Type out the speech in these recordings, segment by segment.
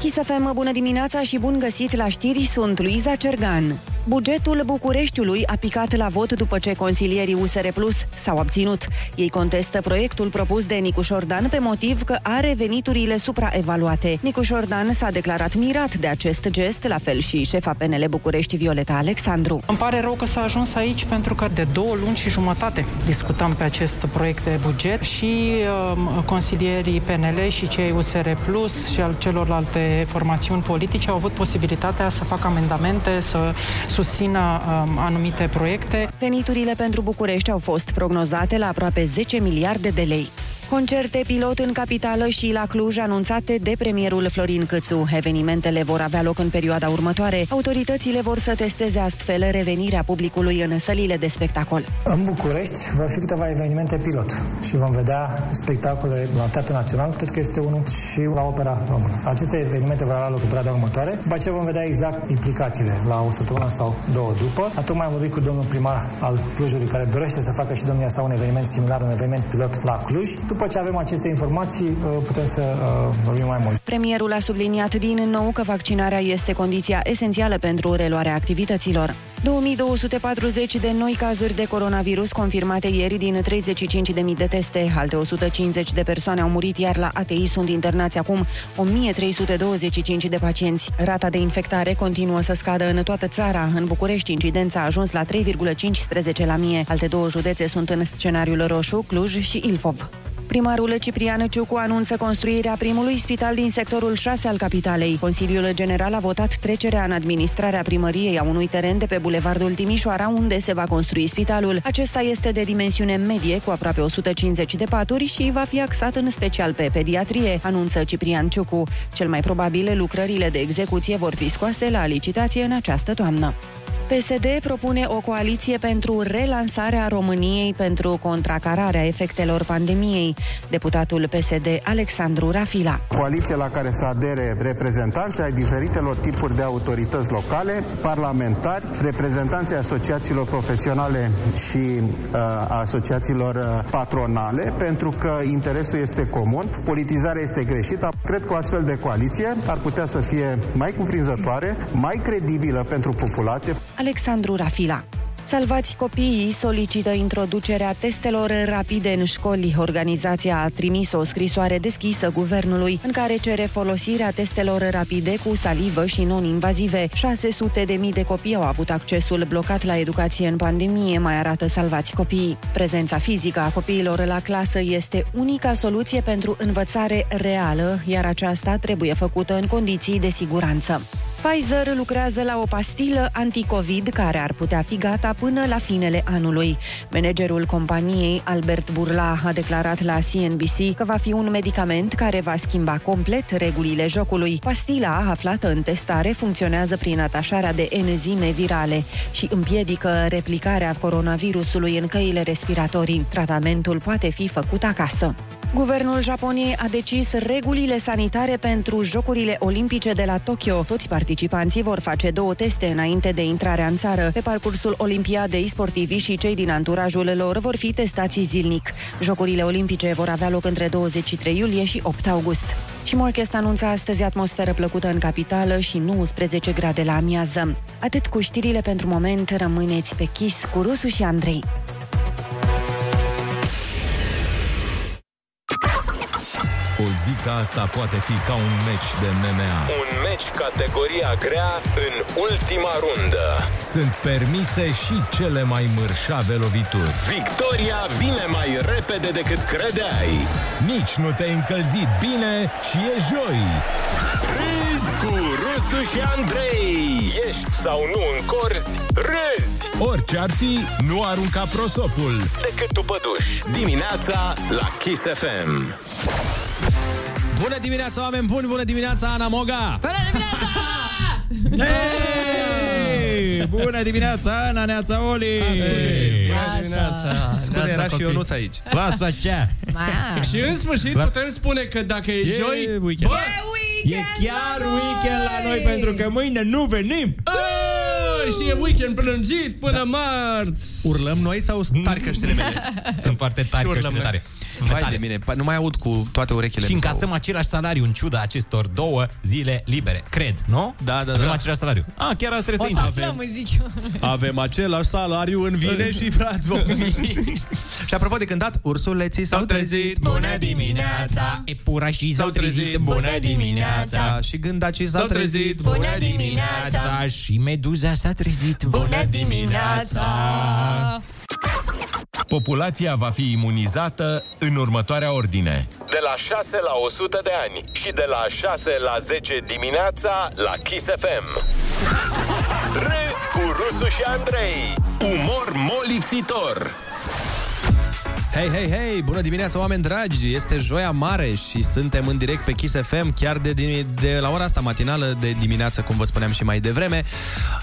Kiss FM, bună dimineața și bun găsit la știri, sunt Luiza Cergan. Bugetul Bucureștiului a picat la vot după ce consilierii USR Plus s-au abținut. Ei contestă proiectul propus de Nicu Șordan pe motiv că are veniturile supraevaluate. Nicu Șordan s-a declarat mirat de acest gest, la fel și șefa PNL București Violeta Alexandru. Îmi pare rău că s-a ajuns aici pentru că de două luni și jumătate discutăm pe acest proiect de buget și um, consilierii PNL și cei USR Plus și al celorlalte formațiuni politice au avut posibilitatea să facă amendamente, să susțină um, anumite proiecte. Veniturile pentru București au fost prognozate la aproape 10 miliarde de lei. Concerte pilot în capitală și la Cluj anunțate de premierul Florin Câțu. Evenimentele vor avea loc în perioada următoare. Autoritățile vor să testeze astfel revenirea publicului în sălile de spectacol. În București vor fi câteva evenimente pilot și vom vedea spectacole la Teatrul Național, cred că este unul, și la Opera Română. Aceste evenimente vor avea loc în perioada următoare. După aceea vom vedea exact implicațiile la o săptămână sau două după. Atunci am vorbit cu domnul primar al Clujului care dorește să facă și domnia sa un eveniment similar, un eveniment pilot la Cluj. După după ce avem aceste informații, uh, putem să vorbim mai mult. Premierul a subliniat din nou că vaccinarea este condiția esențială pentru reluarea activităților. 2240 de noi cazuri de coronavirus confirmate ieri din 35.000 de teste. Alte 150 de persoane au murit, iar la ATI sunt internați acum 1325 de pacienți. Rata de infectare continuă să scadă în toată țara. În București, incidența a ajuns la 3,15 la mie. Alte două județe sunt în scenariul roșu, Cluj și Ilfov. Primarul Ciprian Ciucu anunță construirea primului spital din sectorul 6 al capitalei. Consiliul General a votat trecerea în administrarea primăriei a unui teren de pe Bulevardul Timișoara, unde se va construi spitalul. Acesta este de dimensiune medie, cu aproape 150 de paturi și va fi axat în special pe pediatrie, anunță Ciprian Ciucu. Cel mai probabil, lucrările de execuție vor fi scoase la licitație în această toamnă. PSD propune o coaliție pentru relansarea României pentru contracararea efectelor pandemiei. Deputatul PSD Alexandru Rafila. Coaliție la care să adere reprezentanții ai diferitelor tipuri de autorități locale, parlamentari, reprezentanții asociațiilor profesionale și uh, asociațiilor uh, patronale, pentru că interesul este comun, politizarea este greșită. Cred că o astfel de coaliție ar putea să fie mai cuprinzătoare, mai credibilă pentru populație. Alexandru Rafila. Salvați copiii solicită introducerea testelor rapide în școli. Organizația a trimis o scrisoare deschisă guvernului în care cere folosirea testelor rapide cu salivă și non-invazive. 600 de mii de copii au avut accesul blocat la educație în pandemie, mai arată Salvați copiii. Prezența fizică a copiilor la clasă este unica soluție pentru învățare reală, iar aceasta trebuie făcută în condiții de siguranță. Pfizer lucrează la o pastilă anticovid care ar putea fi gata până la finele anului. Managerul companiei, Albert Burla, a declarat la CNBC că va fi un medicament care va schimba complet regulile jocului. Pastila, aflată în testare, funcționează prin atașarea de enzime virale și împiedică replicarea coronavirusului în căile respiratorii. Tratamentul poate fi făcut acasă. Guvernul Japoniei a decis regulile sanitare pentru Jocurile Olimpice de la Tokyo. Toți participanții vor face două teste înainte de intrarea în țară. Pe parcursul Olimpiadei, sportivii și cei din anturajul lor vor fi testați zilnic. Jocurile Olimpice vor avea loc între 23 iulie și 8 august. Și Morchest anunța astăzi atmosferă plăcută în capitală și 19 grade la amiază. Atât cu știrile pentru moment, rămâneți pe chis cu Rusu și Andrei. O zi ca asta poate fi ca un meci de MMA. Un meci categoria grea în ultima rundă. Sunt permise și cele mai mărșave lovituri. Victoria vine mai repede decât credeai. Nici nu te-ai încălzit bine și e joi. Râzi cu Rusu și Andrei. Ești sau nu în corzi, râzi. Orice ar fi, nu arunca prosopul. Decât tu păduși. Dimineața la Kiss FM. Bună dimineața, oameni buni! Bună dimineața, Ana Moga! Bună dimineața! hey! Bună dimineața, Ana Neața Oli! Ah, scuze, bună dimineața! Scuze, era și Ionuț aici. Lasă așa! și în sfârșit putem spune că dacă e, e joi... Weekend. Bă, e E chiar weekend la noi, pentru că mâine nu venim! și e weekend prelungit până da. marți. Urlăm noi sau tari căștile mele? Sunt foarte tari căștile tare. Vai de mine, pa- nu mai aud cu toate urechile. Și mi se aud. încasăm același salariu în ciuda acestor două zile libere, cred, nu? Da, da, Avem da. același salariu. Ah, chiar asta O trebuie să să aflăm, îi zic eu. Avem același salariu în vine și frați vom Și apropo de cântat, ursuleții s-au trezit, bună dimineața! Epurașii s-au trezit, bună dimineața! Și gândacii s-au S-au trezit, trezit, bună bună dimineața! Și meduza s-a trezit, Bună dimineața! Populația va fi imunizată în următoarea ordine. De la 6 la 100 de ani și de la 6 la 10 dimineața la Kiss FM. Râzi cu Rusu și Andrei. Umor molipsitor. Hei, hei, hei! Bună dimineața, oameni dragi! Este joia mare și suntem în direct pe Kiss FM chiar de, dimi- de la ora asta matinală de dimineață, cum vă spuneam și mai devreme.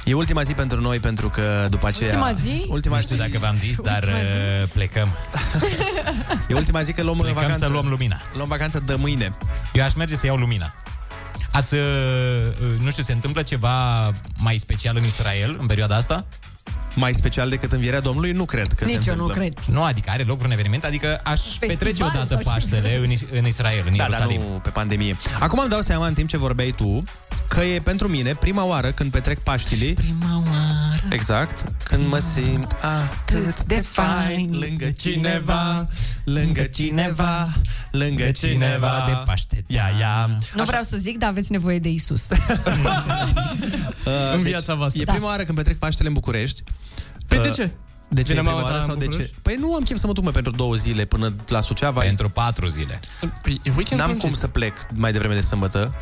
E ultima zi pentru noi, pentru că după aceea... Ultima zi? Ultima Nu zi. știu dacă v-am zis, dar Ultima uh, plecăm. E ultima zi că luăm Plecăm vacanță. să luăm lumina. Luăm vacanță de mâine. Eu aș merge să iau lumina. Ați, uh, uh, nu știu, se întâmplă ceva mai special în Israel în perioada asta? Mai special decât învierea Domnului? Nu cred că se Nici eu nu întâmplă. cred. Nu, adică are loc vreun eveniment, adică aș Festival petrece sau odată ce? Paștele în, Is- în Israel, în Da, dar Ierusalim. nu pe pandemie. Acum îmi dau seama, în timp ce vorbeai tu, că e pentru mine prima oară când petrec Paștili. Prima oară. Exact. Când mă simt atât de fain lângă cineva, lângă cineva, lângă cineva. de Paște. Ia, ia. Nu vreau să zic, dar aveți nevoie de Isus. În viața voastră. Uh, deci, E prima oară când petrec Paștele în București. Păi de Uh, ce? De ce e Vine prima mama ta oară în sau de ce? București? Păi nu am chef să mă duc mă, pentru două zile până la Suceava. Pentru patru zile. N-am cum să plec mai devreme de sâmbătă.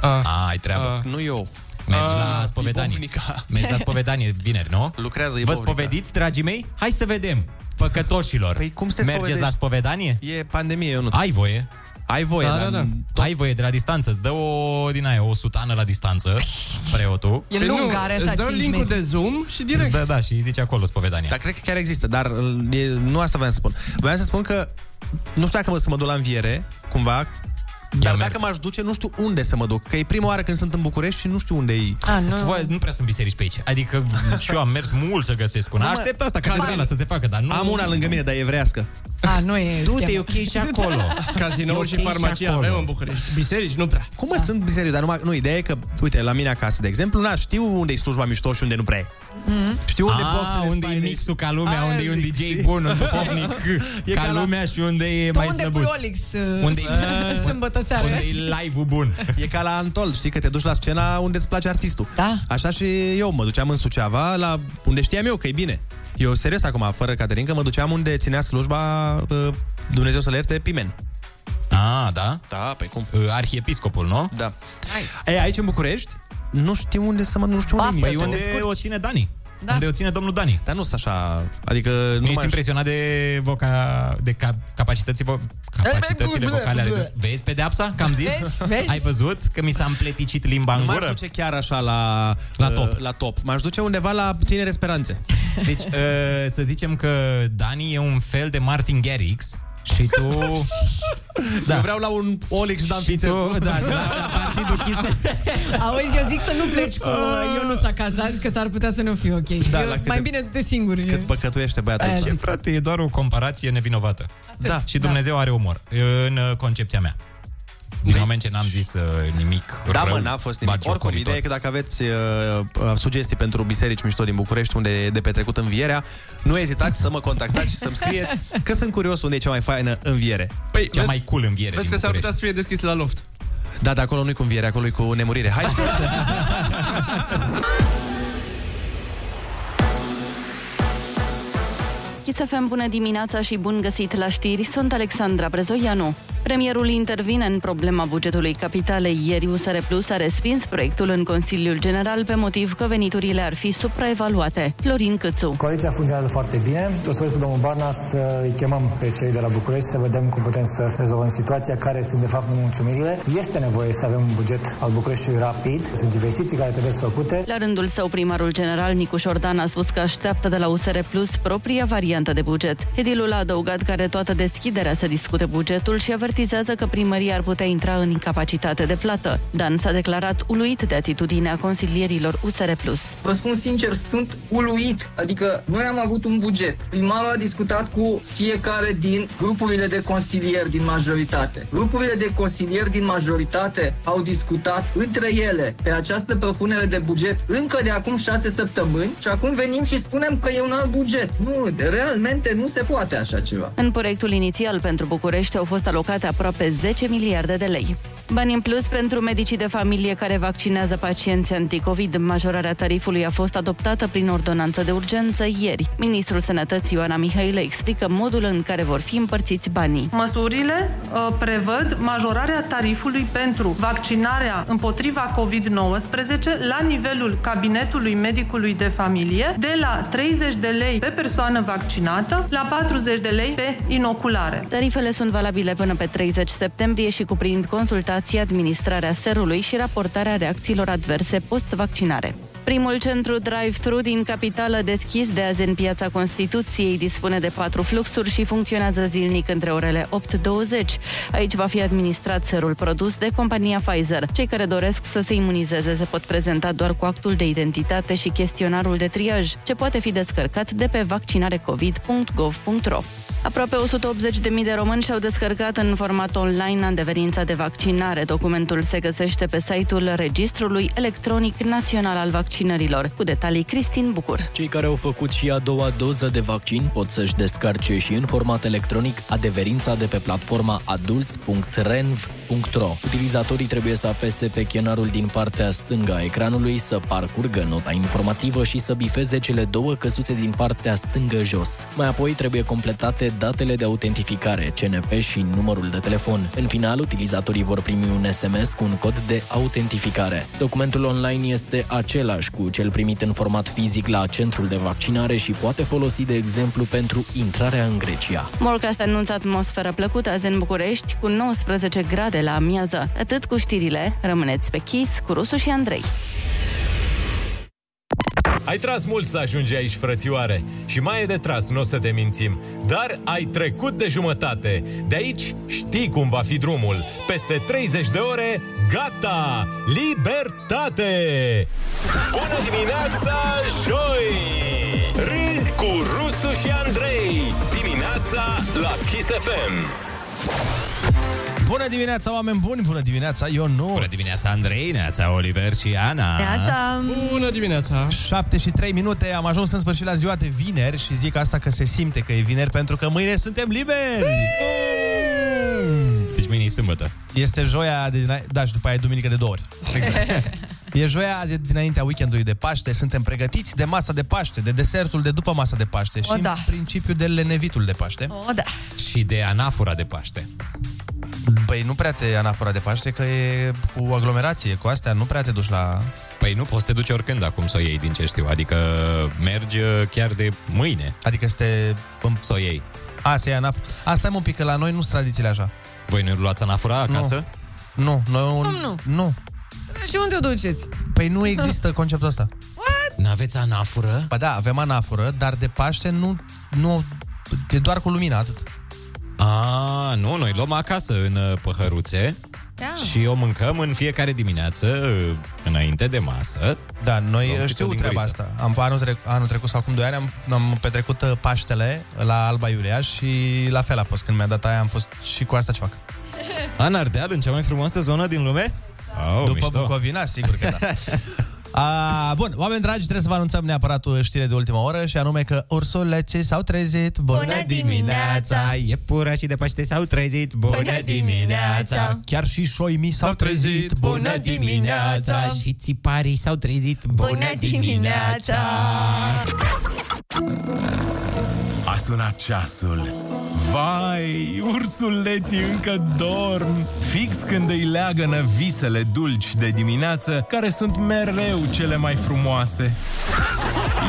A, ai treabă. Nu eu. Mergi Ah, la spovedanie. Ibovnica. Mergi la spovedanie vineri, nu? Lucrează Vă Ibovnica. spovediți, dragii mei? Hai să vedem. Păcătoșilor. Păi cum să te Mergeți spovedești? la spovedanie? E pandemie, eu nu... Ai voie. Ai voie, Da, dar da, da. Ai voie de la distanță. Îți dă o din aia, o sutană la distanță, preotul. E lung, are așa Îți dă 5 link metri. de Zoom și direct. Da, da, și zice acolo spovedania. Dar cred că chiar există, dar e, nu asta vreau să spun. Vreau să spun că nu știu dacă mă, să mă duc la înviere, cumva, dar merg. dacă m-aș duce, nu știu unde să mă duc. Că e prima oară când sunt în București și nu știu unde e. A, nu. Voi, nu prea sunt biserici pe aici. Adică și eu am mers mult să găsesc una. Nu, mă, Aștept asta, catedrala să se facă, dar nu... Am una lângă mine, dar e evrească. A, nu e Du-te, schema. e ok și acolo. Cazinouri E și ok farmacie acolo. avem în București. Biserici, nu prea. Cum mă sunt biserios, dar numai, nu, ideea e că, uite, la mine acasă, de exemplu, na, știu unde e slujba mișto și unde nu prea e. Știu unde A, boxele unde e faine și- mixul ca lumea, Aia unde e un zic, DJ știi? bun, un duhovnic E ca ca la- lumea și unde e Pe mai unde slăbuț. pui Olix uh, Unde unde e- sâmbătă seara? Unde e live-ul bun. E ca la Antol, știi că te duci la scena unde îți place artistul. Da. Așa și eu mă duceam în Suceava, la unde știam eu că e bine. Eu serios acum, fără Caterinca, mă duceam unde ținea slujba uh, Dumnezeu să le ierte Pimen. A, da? Da, pe cum? Uh, Arhiepiscopul, nu? Da. E, aici în București, nu știu unde să mă, nu știu unde Baftă, e Păi te unde descurci. o ține Dani? Da. Unde o ține domnul Dani? Dar nu sunt așa, adică Nu nu ești mai impresionat de, voca, de cap, capacității vo, capacitățile vocale ale Vezi pedeapsa? Că am zis? Vezi? Vezi? Ai văzut că mi s-a împleticit limba nu în m-aș gură? duce chiar așa la, La uh, top. la top. M-aș duce undeva la Tinere Speranțe. Deci, uh, să zicem că Dani e un fel de Martin Garrix și tu... Da. Eu vreau la un Olix Dan și tu, Fințescu. da, la, la partidul Chise. Auzi, eu zic să nu pleci cu Ionuț acasă azi, că s-ar putea să nu fie ok. Da, eu, la mai câte- bine de singur. e. Cât păcătuiește băiatul Aia ăsta. Ce, frate, e doar o comparație nevinovată. Da. Și Dumnezeu are umor, în uh, concepția mea. Din moment ce n-am zis uh, nimic Da, rău, mă, n-a fost nimic. bagiocoritor. Oricum, ideea e că dacă aveți uh, uh, sugestii pentru biserici mișto din București, unde e de petrecut învierea, nu ezitați să mă contactați și să-mi scrieți că sunt curios unde e cea mai faină înviere. Păi, Cea vezi, mai cool înviere vezi din că s-ar București. putea să fie deschis la loft. Da, dar acolo nu-i cu înviere, acolo e cu nemurire. Hai să... Chisafem, bună dimineața și bun găsit la știri, sunt Alexandra Brezoianu. Premierul intervine în problema bugetului capitalei. Ieri USR Plus a respins proiectul în Consiliul General pe motiv că veniturile ar fi supraevaluate. Florin Câțu. Coaliția funcționează foarte bine. O să vă cu domnul Barna să îi chemăm pe cei de la București să vedem cum putem să rezolvăm situația, care sunt de fapt nemulțumirile. Este nevoie să avem un buget al Bucureștiului rapid. Sunt investiții care trebuie făcute. La rândul său, primarul general Nicu Șordan a spus că așteaptă de la USR Plus propria variantă de buget. Edilul a adăugat că are toată deschiderea să discute bugetul și a avertizează că primăria ar putea intra în incapacitate de plată. Dan s-a declarat uluit de atitudinea consilierilor USR+. Vă spun sincer, sunt uluit. Adică noi am avut un buget. Primarul a discutat cu fiecare din grupurile de consilieri din majoritate. Grupurile de consilieri din majoritate au discutat între ele pe această propunere de buget încă de acum șase săptămâni și acum venim și spunem că e un alt buget. Nu, de- realmente nu se poate așa ceva. În proiectul inițial pentru București au fost alocate aproape 10 miliarde de lei. Bani în plus pentru medicii de familie care vaccinează pacienți anticovid. Majorarea tarifului a fost adoptată prin ordonanță de urgență ieri. Ministrul Sănătății Ioana Mihailă explică modul în care vor fi împărțiți banii. Măsurile uh, prevăd majorarea tarifului pentru vaccinarea împotriva COVID-19 la nivelul cabinetului medicului de familie de la 30 de lei pe persoană vaccinată la 40 de lei pe inoculare. Tarifele sunt valabile până pe 30 septembrie și cuprind consultații, administrarea serului și raportarea reacțiilor adverse post-vaccinare. Primul centru drive-thru din capitală deschis de azi în piața Constituției dispune de patru fluxuri și funcționează zilnic între orele 8-20. Aici va fi administrat serul produs de compania Pfizer. Cei care doresc să se imunizeze se pot prezenta doar cu actul de identitate și chestionarul de triaj, ce poate fi descărcat de pe vaccinarecovid.gov.ro. Aproape 180.000 de români și-au descărcat în format online îndeverința de vaccinare. Documentul se găsește pe site-ul Registrului Electronic Național al Vaccinărilor. Cu detalii, Cristin Bucur. Cei care au făcut și a doua doză de vaccin pot să-și descarce și în format electronic adeverința de pe platforma adults.renv.ro. Utilizatorii trebuie să apese pe chenarul din partea stângă a ecranului, să parcurgă nota informativă și să bifeze cele două căsuțe din partea stângă jos. Mai apoi trebuie completate datele de autentificare, CNP și numărul de telefon. În final, utilizatorii vor primi un SMS cu un cod de autentificare. Documentul online este același cu cel primit în format fizic la centrul de vaccinare și poate folosi de exemplu pentru intrarea în Grecia. Morcast anunță atmosferă plăcută azi în București cu 19 grade la amiază. Atât cu știrile, rămâneți pe Kiss cu Rusu și Andrei. Ai tras mult să ajungi aici, frățioare, și mai e de tras, nu o să te mințim. Dar ai trecut de jumătate. De aici știi cum va fi drumul. Peste 30 de ore, gata! Libertate! Bună dimineața, joi! Râzi cu Rusu și Andrei. Dimineața la Kiss FM. Bună dimineața, oameni buni! Bună dimineața, eu nu. Bună dimineața, Andrei, neața, Oliver și Ana. Neața. Bună dimineața! 7 și 3 minute, am ajuns în sfârșit la ziua de vineri și zic asta că se simte că e vineri pentru că mâine suntem liberi! Deci mâine e sâmbătă. Este joia de dina- da, și după aia e duminică de două ori. Exact. E joia de dinaintea weekendului de Paște, suntem pregătiți de masa de Paște, de desertul de după masa de Paște O, și da. în principiu de lenevitul de Paște. O, da. Și de anafura de Paște. Păi nu prea te anafora de Paște, că e cu aglomerație, cu astea nu prea te duci la... Păi nu poți să te duci oricând acum să o iei din ce știu. Adică mergi uh, chiar de mâine. Adică să te... Să o iei. A, să iei anaf... Asta e un pic, că la noi nu sunt tradițiile așa. Voi nu luați anafora acasă? Nu, noi... Cum nu? Nu. Și unde o duceți? Păi nu există conceptul ăsta. N-aveți anafură? Ba da, avem anafură, dar de Paște nu... nu e doar cu lumina, atât. A, nu, noi luăm acasă în uh, păhăruțe Da. și o mâncăm în fiecare dimineață uh, înainte de masă. Da, noi știu treaba asta. Am, anul, trec, anul trecut sau acum 2 ani am, am petrecut uh, Paștele la Alba Iulia și la fel a fost. Când mi-a dat aia, am fost și cu asta ce fac. În Ardeal, în cea mai frumoasă zonă din lume? Au, După mișto. Bucovina, sigur că da. A, bun, oameni dragi, trebuie să vă anunțăm neapărat o știre de ultima oră și anume că ursuleții s-au trezit. Iepura și de Paște s-au trezit Chiar și șoimii s-au trezit. Și țiparii s-au trezit Bună dimineața! A sunat ceasul. Vai, ursuleții încă dorm! Fix când îi leagănă visele dulci de dimineață, care sunt mereu cele mai frumoase.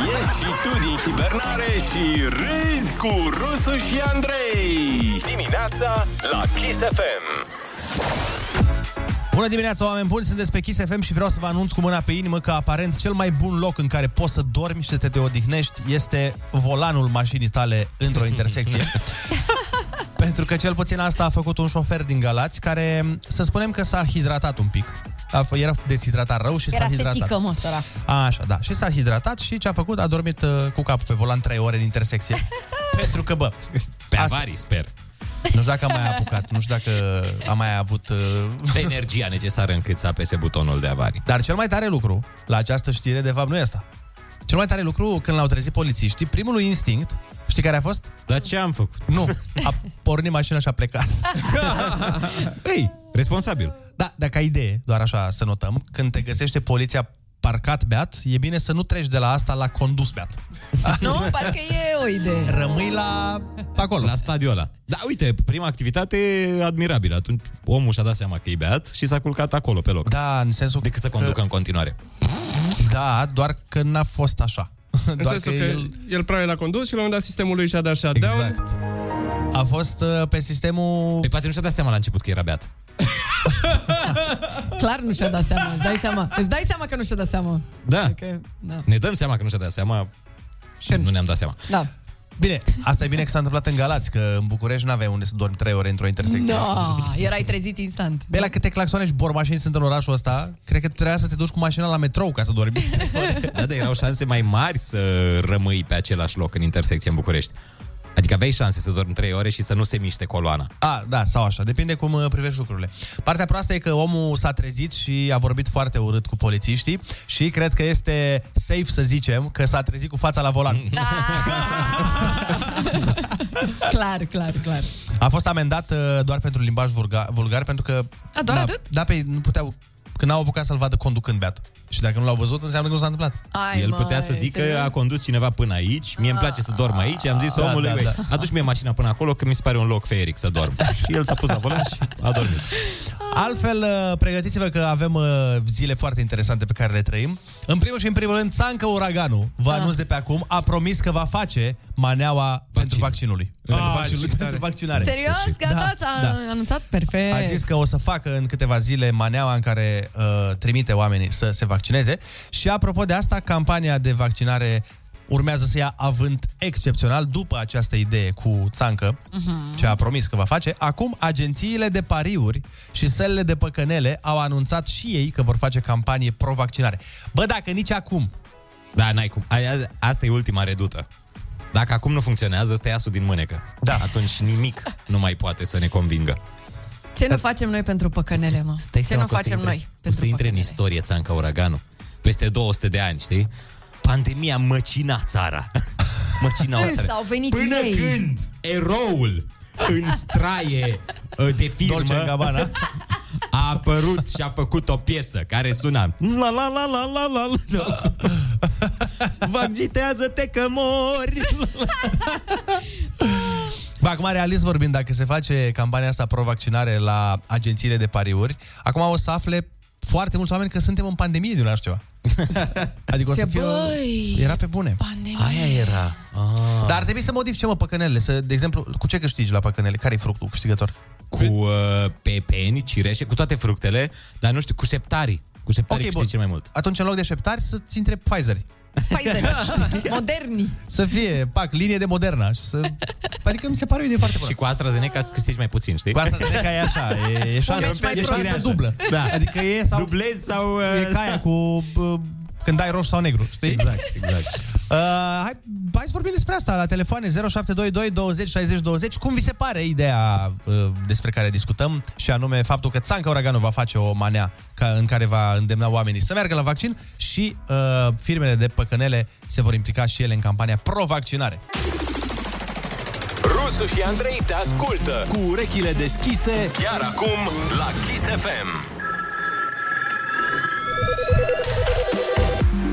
Ieși și tu din hibernare și râzi cu Rusu și Andrei! Dimineața la Kiss FM! Bună dimineața, oameni buni! Sunt pe Kiss FM și vreau să vă anunț cu mâna pe inimă că aparent cel mai bun loc în care poți să dormi și să te odihnești este volanul mașinii tale într-o intersecție. Pentru că cel puțin asta a făcut un șofer din Galați care, să spunem că s-a hidratat un pic. A f- era deshidratat rău și Era s-a da. hidratat. setică, mă, sărac. A, așa, da. Și s-a hidratat și ce a făcut? A dormit uh, cu capul pe volan 3 ore în intersecție. Pentru că, bă... Pe avarii, sper. Nu știu dacă am mai apucat, nu știu dacă am mai avut... Uh... Energia necesară încât să apese butonul de avarii. Dar cel mai tare lucru la această știre, de fapt, nu e asta. Cel mai tare lucru, când l-au trezit polițiștii, primul lui instinct, știi care a fost? Dar ce am făcut? Nu, a pornit mașina și a plecat. Ei, responsabil. Da, dacă ai idee, doar așa să notăm, când te găsește poliția parcat beat, e bine să nu treci de la asta la condus beat. Nu, parcă e o idee. Rămâi la... acolo. La stadiul ăla. Da, uite, prima activitate admirabilă. Atunci omul și-a dat seama că e beat și s-a culcat acolo, pe loc. Da, în sensul Decât să conducă în continuare. Da, doar că n-a fost așa. În sensul că el, el prea l-a condus și la un moment dat sistemul lui și-a dat shutdown. Exact. A fost uh, pe sistemul... Păi poate nu și-a dat seama la început că era beat. Clar nu și-a dat seama, îți dai seama. Îți dai seama că nu și-a dat seama. Da. Adică, da. Ne dăm seama că nu și-a dat seama și nu ne-am dat seama. da. Bine, asta e bine că s-a întâmplat în Galați, că în București n-aveai unde să dormi 3 ore într-o intersecție. Da, erai trezit instant. Bă, la câte claxoane și bormașini sunt în orașul ăsta, cred că trebuia să te duci cu mașina la metrou ca să dormi. Da, dar erau șanse mai mari să rămâi pe același loc în intersecție în București. Adică aveai șanse să dormi 3 ore și să nu se miște coloana. A, da, sau așa, depinde cum uh, privești lucrurile. Partea proastă e că omul s-a trezit și a vorbit foarte urât cu polițiștii și cred că este safe să zicem că s-a trezit cu fața la volan. Clar, clar, clar. A fost amendat uh, doar pentru limbaj vulgar, vulgar pentru că... A, doar da, atât? Da, pe nu puteau... Că n-au apucat să-l vadă conducând beat. Și dacă nu l-au văzut, înseamnă că nu s-a întâmplat. Ai, El putea măi, să zică serios? a condus cineva până aici, mie îmi place să dorm aici, am zis omului, da, da, da. aduci mie mașina până acolo că mi se pare un loc feeric să dorm. și el s-a pus la volan și a dormit. Altfel, uh, pregătiți-vă că avem uh, zile foarte interesante pe care le trăim. În primul și în primul rând, Țancă Uraganu, vă Ah. anunț de pe acum, a promis că va face maneaua pentru vaccinului. Pentru, vaccinul, pentru vaccinare. Serios? Gata, Da, s-a da. anunțat? Perfect. A zis că o să facă în câteva zile maneaua în care uh, trimite oamenii să se vaccineze. Și apropo de asta, campania de vaccinare urmează să ia avânt excepțional după această idee cu țancă, Mhm. uh-huh. ce a promis că va face. Acum, agențiile de pariuri și selele de păcănele au anunțat și ei că vor face campanie pro-vaccinare. Bă, dacă nici acum... Da, n-ai cum. Aia- Asta e ultima redută. Dacă acum nu funcționează, stai asul din mânecă. Da. Atunci nimic nu mai poate să ne convingă. Ce nu facem noi pentru păcănele, mă? Dai Ce seama nu că o să facem intre- O noi? să intre în istorie Țanca Uraganu. Peste 200 de ani, știi? Pandemia măcina țara. măcina o Însă țară. au venit Până ei. când eroul în straie uh, de filmă a apărut și a făcut o piesă care suna La la la la la la la Vaccitează-te că mori Bă, acum, realist vorbind, dacă se face campania asta pro-vaccinare la agențiile de pariuri, acum o să afle foarte mulți oameni că suntem în pandemie de un an și ceva. Adică o să Ce fie... băi! Era pe bune. Pandemie. Aia era. Ah. Dar ar trebui să modifice, mă, păcănele. Să, de exemplu, cu ce câștigi la păcănele? Care e fructul câștigător? Cu uh, pepeni, cireșe, cu toate fructele Dar nu știu, cu șeptarii Cu șeptarii okay, câștigi cel mai mult Atunci, în loc de șeptari, să-ți intre Pfizer. Moderni. Să fie, pac, linie de Moderna. Și să... Adică mi se pare o idee foarte bună. Și cu AstraZeneca câștigi mai puțin, știi? Ah. Cu AstraZeneca e așa, e, e șansă, Un meci mai e prost. șansă dublă. Da. Adică e sau... Dublezi sau... Uh... E ca aia cu... Uh, când dai roșu sau negru, știi? Exact, exact. Uh, hai, hai să vorbim despre asta la telefoane 0722 20 60 20. Cum vi se pare ideea uh, despre care discutăm și anume faptul că Țanca Uraganu va face o manea ca, în care va îndemna oamenii să meargă la vaccin și uh, firmele de păcănele se vor implica și ele în campania pro-vaccinare. Rusu și Andrei te ascultă cu urechile deschise chiar acum la Kiss FM.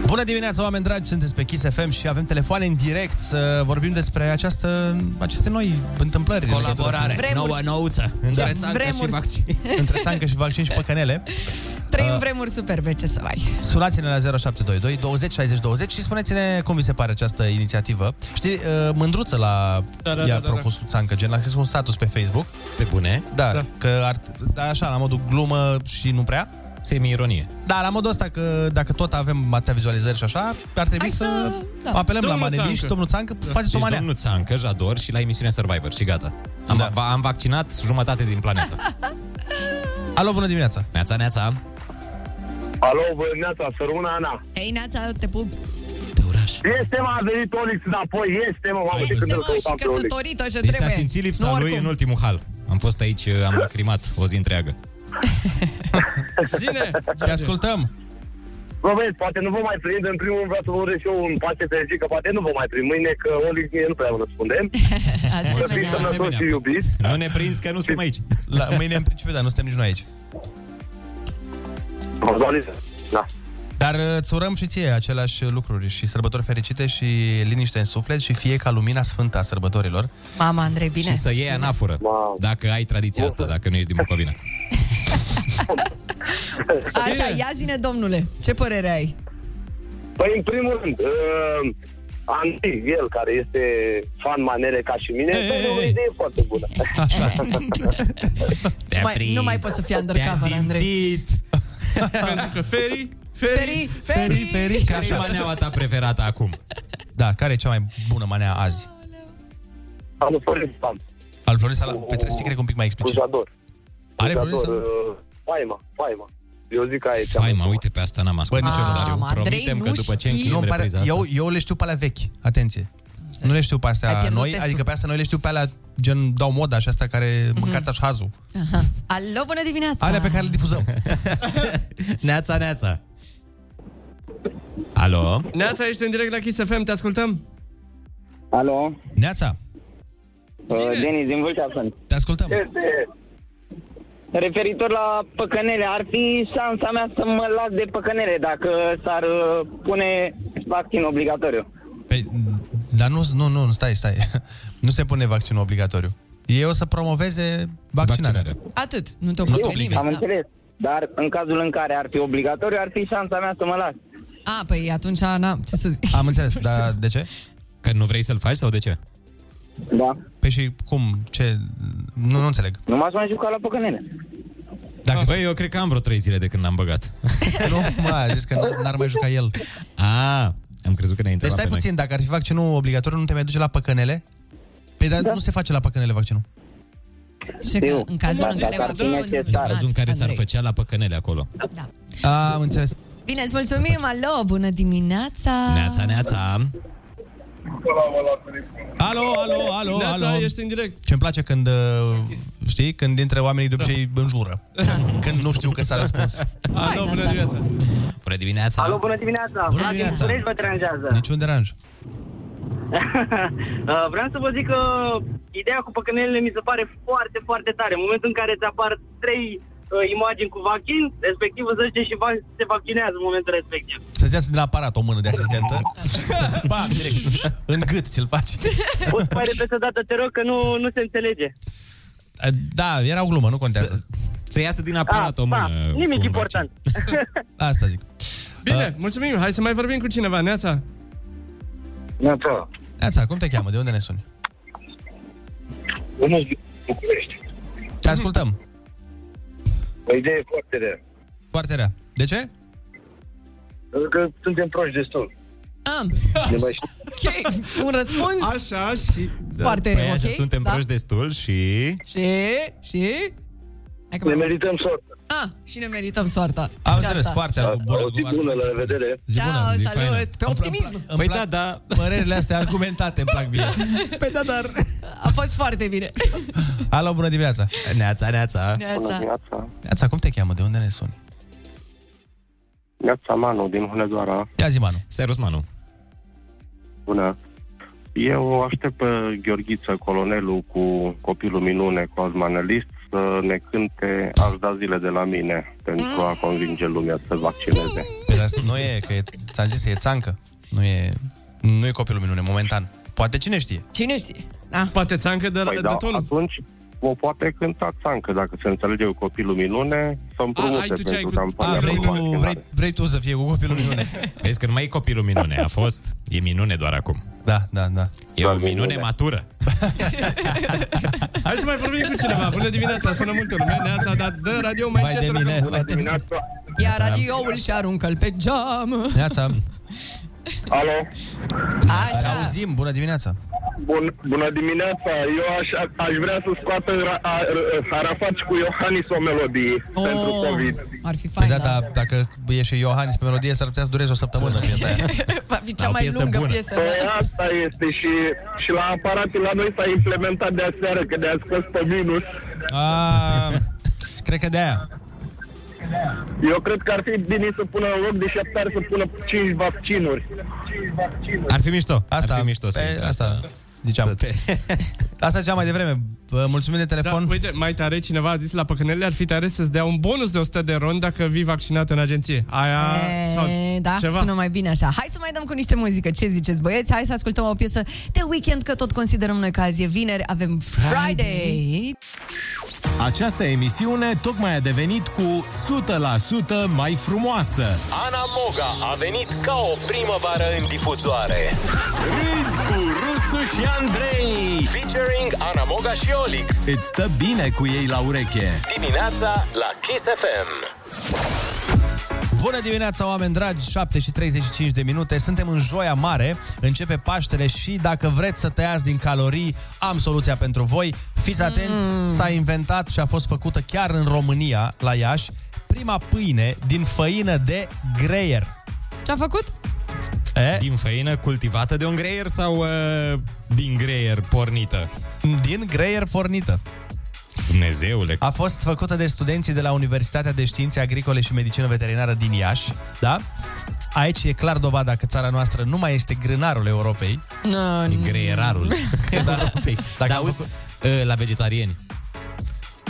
Bună dimineața, oameni dragi! Sunteți pe Kiss FM și avem telefoane în direct să vorbim despre această, aceste noi întâmplări. Colaborare, Legătură cu- Da. nouă nouță, între țancă și vaccin. Între țancă și vaccin și păcănele. Trăim Uh, vremuri superbe, ce să mai. Sunați-ne la 0722 20 60 20 și spuneți-ne cum vi se pare această inițiativă. Știi, uh, mândruță la da, da, ea da, da, propus da. Țancă, gen, a scris un status pe Facebook. Pe bune? Da, da. că ar, da, așa, la modul glumă și nu prea. semi-ironie. Da, la modul ăsta că dacă tot avem atâtea vizualizări și așa, ar trebui Hai să, să- da. apelăm Domnul la Maneli Țancă. și domnul Țancă, Da. faceți o Deci manea. domnul Țancă, Jador și la emisiunea Survivor și gata. Am, da. am vaccinat jumătate din planetă. Alo, bună dimineața! Neața, neața! Alo, bă, Neața, sărmâna Ana. Hei, Nața, te pup. Este, mă, a venit Olix înapoi, este, mă, m-am Este, gândit când îl mă, și căutam pe Olix. căsătorit-o ce Deci s-a trebuie. simțit lipsa Nu, lui oricum. în ultimul hal. Am fost aici, am lacrimat o zi întreagă. Zine! Te ascultăm! Bă, băieți, poate nu vă mai prind, în primul rând vreau să vă urez și eu un pace fericit, că poate nu vă mai prind mâine, că Olix mie nu prea îmi răspunde. Să fiți sănătoși și iubiți. Nu ne prinzi că nu suntem aici. La, mâine în principiu, dar nu suntem nici noi aici. Da. Dar uh, îți urăm și ție aceleași lucruri și sărbători fericite și liniște în suflet și fie ca lumina sfântă a sărbătorilor. Mama, Andrei, bine. Și să iei anafură, dacă ai tradiția asta, dacă nu ești din Bucovina. Așa, ia zine, domnule, ce părere ai? Păi, în primul rând, uh, Andrei, el, care este fan manele ca și mine, dă-mi o idee foarte bună. Te-a Mai, nu mai poți să fii undercover, Andrei. Pentru că Feri... Feri, Feri, Feri. Care e maneaua ta preferată acum? Da, care e cea mai bună manea azi? Am Florin Salam. Al Florin Salam. Păi trebuie să fii, cred, că un pic mai explicit. Jador. Are Florin Jador, Salam? uh, Faima, faima. Eu zic că aici. Faima, uite pe asta n-am ascultat. nici eu nu știu. Dar Promitem că după ce încheiem repriza asta... eu, eu le știu pe alea vechi, atenție. Nu le știu pe Ai astea pierdut noi, testul. Mhm. adică pe astea noi le știu pe alea gen dau moda și astea care mm-hmm. mâncați așa hazul. Aha. Alo, bună dimineața! Alea pe care le difuzăm. Neața, neața. Alo? Neața, ești în direct la Kiss FM, te ascultăm? Alo? Neața. Uh, Denis, din Vâlcea sunt. Te ascultăm. Este... Referitor la păcănele, ar fi șansa mea să mă las de păcănele dacă s-ar uh, pune vaccin obligatoriu. Păi, dar nu, nu, nu, stai, stai. Nu se pune vaccinul obligatoriu. Ei o să promoveze vaccinarea. Atât, nu te Nu obligă te obligă. nimeni. Am da. înțeles. Dar în cazul în care ar fi obligatoriu, ar fi șansa mea să mă las. A, păi atunci, na, ce să zic? Am înțeles, dar de ce? Că nu vrei să-l faci sau de ce? Da. Păi și cum? Ce? Nu, nu înțeleg. Nu m-aș mai juca la păcănele. Dacă Băi, eu cred că am vreo trei zile de când n-am băgat. nu, mă, a zis că n- n-ar mai juca el. A, am crezut că ne-ai întrebat Deci stai pe noi. puțin, dacă ar fi vaccinul obligatoriu, nu te mai duce la păcănele? Păi dar da. nu se face la păcănele vaccinul. Ce că în cazul în care va fi În cazul în care s-ar făcea la păcănele acolo. A, am Ah, înțeles. Bine, îți mulțumim, alo, bună dimineața! Neața, neața. Alo, alo, alo, Neața, alo. ești în direct. Da. Ce-mi place când, uh, știi, când dintre oamenii de obicei înjură. Când nu știu că s-a răspuns. Alo, bună dimineața. Bună dimineața. Alo, bună dimineața! Bună Ah, din dimineața. București vă deranjează. Niciun deranj. Uh, Vreau să vă zic că ideea cu păcănelele mi se pare foarte, foarte tare. În momentul în care îți apar trei uh, imagini cu vaccin, respectiv îți zice și va- se vaccinează în momentul respectiv. Să-ți iasă din aparat o mână de asistentă. Bam, direct. În gât ți-l faci. Poți mai repede dată, te rog, că nu, nu se înțelege. Da, era o glumă, nu contează. Să iasă din aparat o Ah, mână. Nimic important. Asta zic. Ah. Bine, mulțumim. Hai să mai vorbim cu cineva. Neața. Neața. Neața, cum te cheamă? De unde ne suni? Bună ziua, București. Te ascultăm. O idee foarte rea. Foarte rea. De ce? Pentru că suntem proști destul. Am. Ok, un răspuns Așa și... Da, foarte păi ok. așa, suntem da? proști destul și... Și, și... Hai că mai- merităm soarta. Ah, și ne merităm soarta. Am Și înțeles, asta. foarte bună. Da. bună, la revedere. Zi bună, Ciao, zi salut! faină. Pe optimism! Păi da, da. Părerile astea argumentate îmi plac bine. Pe da, dar... A fost foarte bine. Alo, bună dimineața. Neața, neața. Neața. Neața, cum te cheamă? De unde ne suni? Neața Manu din Hunedoara. Ia zi, Manu. Serus, Manu. Bună. Eu aștept pe Gheorghiță, colonelul cu copilul minune, cu alt manelist, să ne cânte Aș da zile de la mine pentru a convinge lumea să vaccineze. Păi, dar asta nu e, că e, ți-am zis, e țancă. Nu e, nu e copilul minune, momentan. Poate cine știe. Da. Cine știe? Poate țancă de, da. de ton. Păi atunci o poate cânta țancă, dacă se înțelege cu copilul minune, A, ai tu să împrumute ce ai pentru cu- campania. A, vrei pentru tu, vaccinare. vrei, vrei tu să fie cu copilul minune. Vezi că nu mai e copilul minune, a fost. E minune doar acum. Da, da, da. E o minune matură. Hai să mai vorbim cu cineva. Bună dimineața, sună multă lume. Neața, dar dă radio mai Vai de încet. mine, rugăm. vai de mine. Ia radioul și aruncă-l pe geam. Neața. Alo? Te auzim, bună dimineața. Bun, bună dimineața! Eu aș, aș vrea să scoată ra, a, a, Arafat și cu Iohannis o melodie oh. pentru COVID. Ar fi Păi da, da, dacă e și Iohannis pe melodie, s-ar putea să dureze o săptămână piesa aia. Va fi Da, cea o mai piesă lungă bună. piesă. Păi Da? asta este și, și la aparatul la noi s-a implementat de aseară, că ne-a scos pe minus. A, cred că de-aia. Eu cred că ar fi bine să pună în loc de șapte ani să pună cinci vaccinuri. Ar fi mișto. Asta, ar fi mișto să Pe, asta ziceam. Asta ziceam mai devreme. Vă Mulțumim de telefon. Da, uite, mai tare cineva a zis la păcănele ar fi tare să-ți dea un bonus de 100 de ron dacă vii vaccinat în agenție. Aia sau E, da, ceva. sună mai bine așa. Hai să mai dăm cu niște muzică. Ce ziceți, băieți? Hai să ascultăm o piesă de weekend, că tot considerăm noi că azi e vineri, avem Friday. Această emisiune tocmai a devenit cu 100% mai frumoasă. Ana Moga a venit ca o primăvară în difuzoare. Râzi cu Rusu și Andrei. Featuring Ana Moga și Olix. Îți stă bine cu ei la ureche. Dimineața la Kiss FM. Bună dimineața, oameni dragi! 7 și 35 de minute. Suntem în Joia Mare. Începe Paștele și dacă vreți să tăiați din calorii, am soluția pentru voi. Fiți Mm. atenți, s-a inventat și a fost făcută chiar în România, la Iași, prima pâine din făină de greier. Ce-a făcut? E? Din făină cultivată de un greier sau uh, din greier pornită? Din greier pornită. Dumnezeule, A fost făcută de studenții de la Universitatea de Științe Agricole și Medicină Veterinară din Iași, da? Aici e clar dovada că țara noastră nu mai este grânarul Europei. No, greierarul. da. Păi, Dacă auzi, uh, la vegetarieni,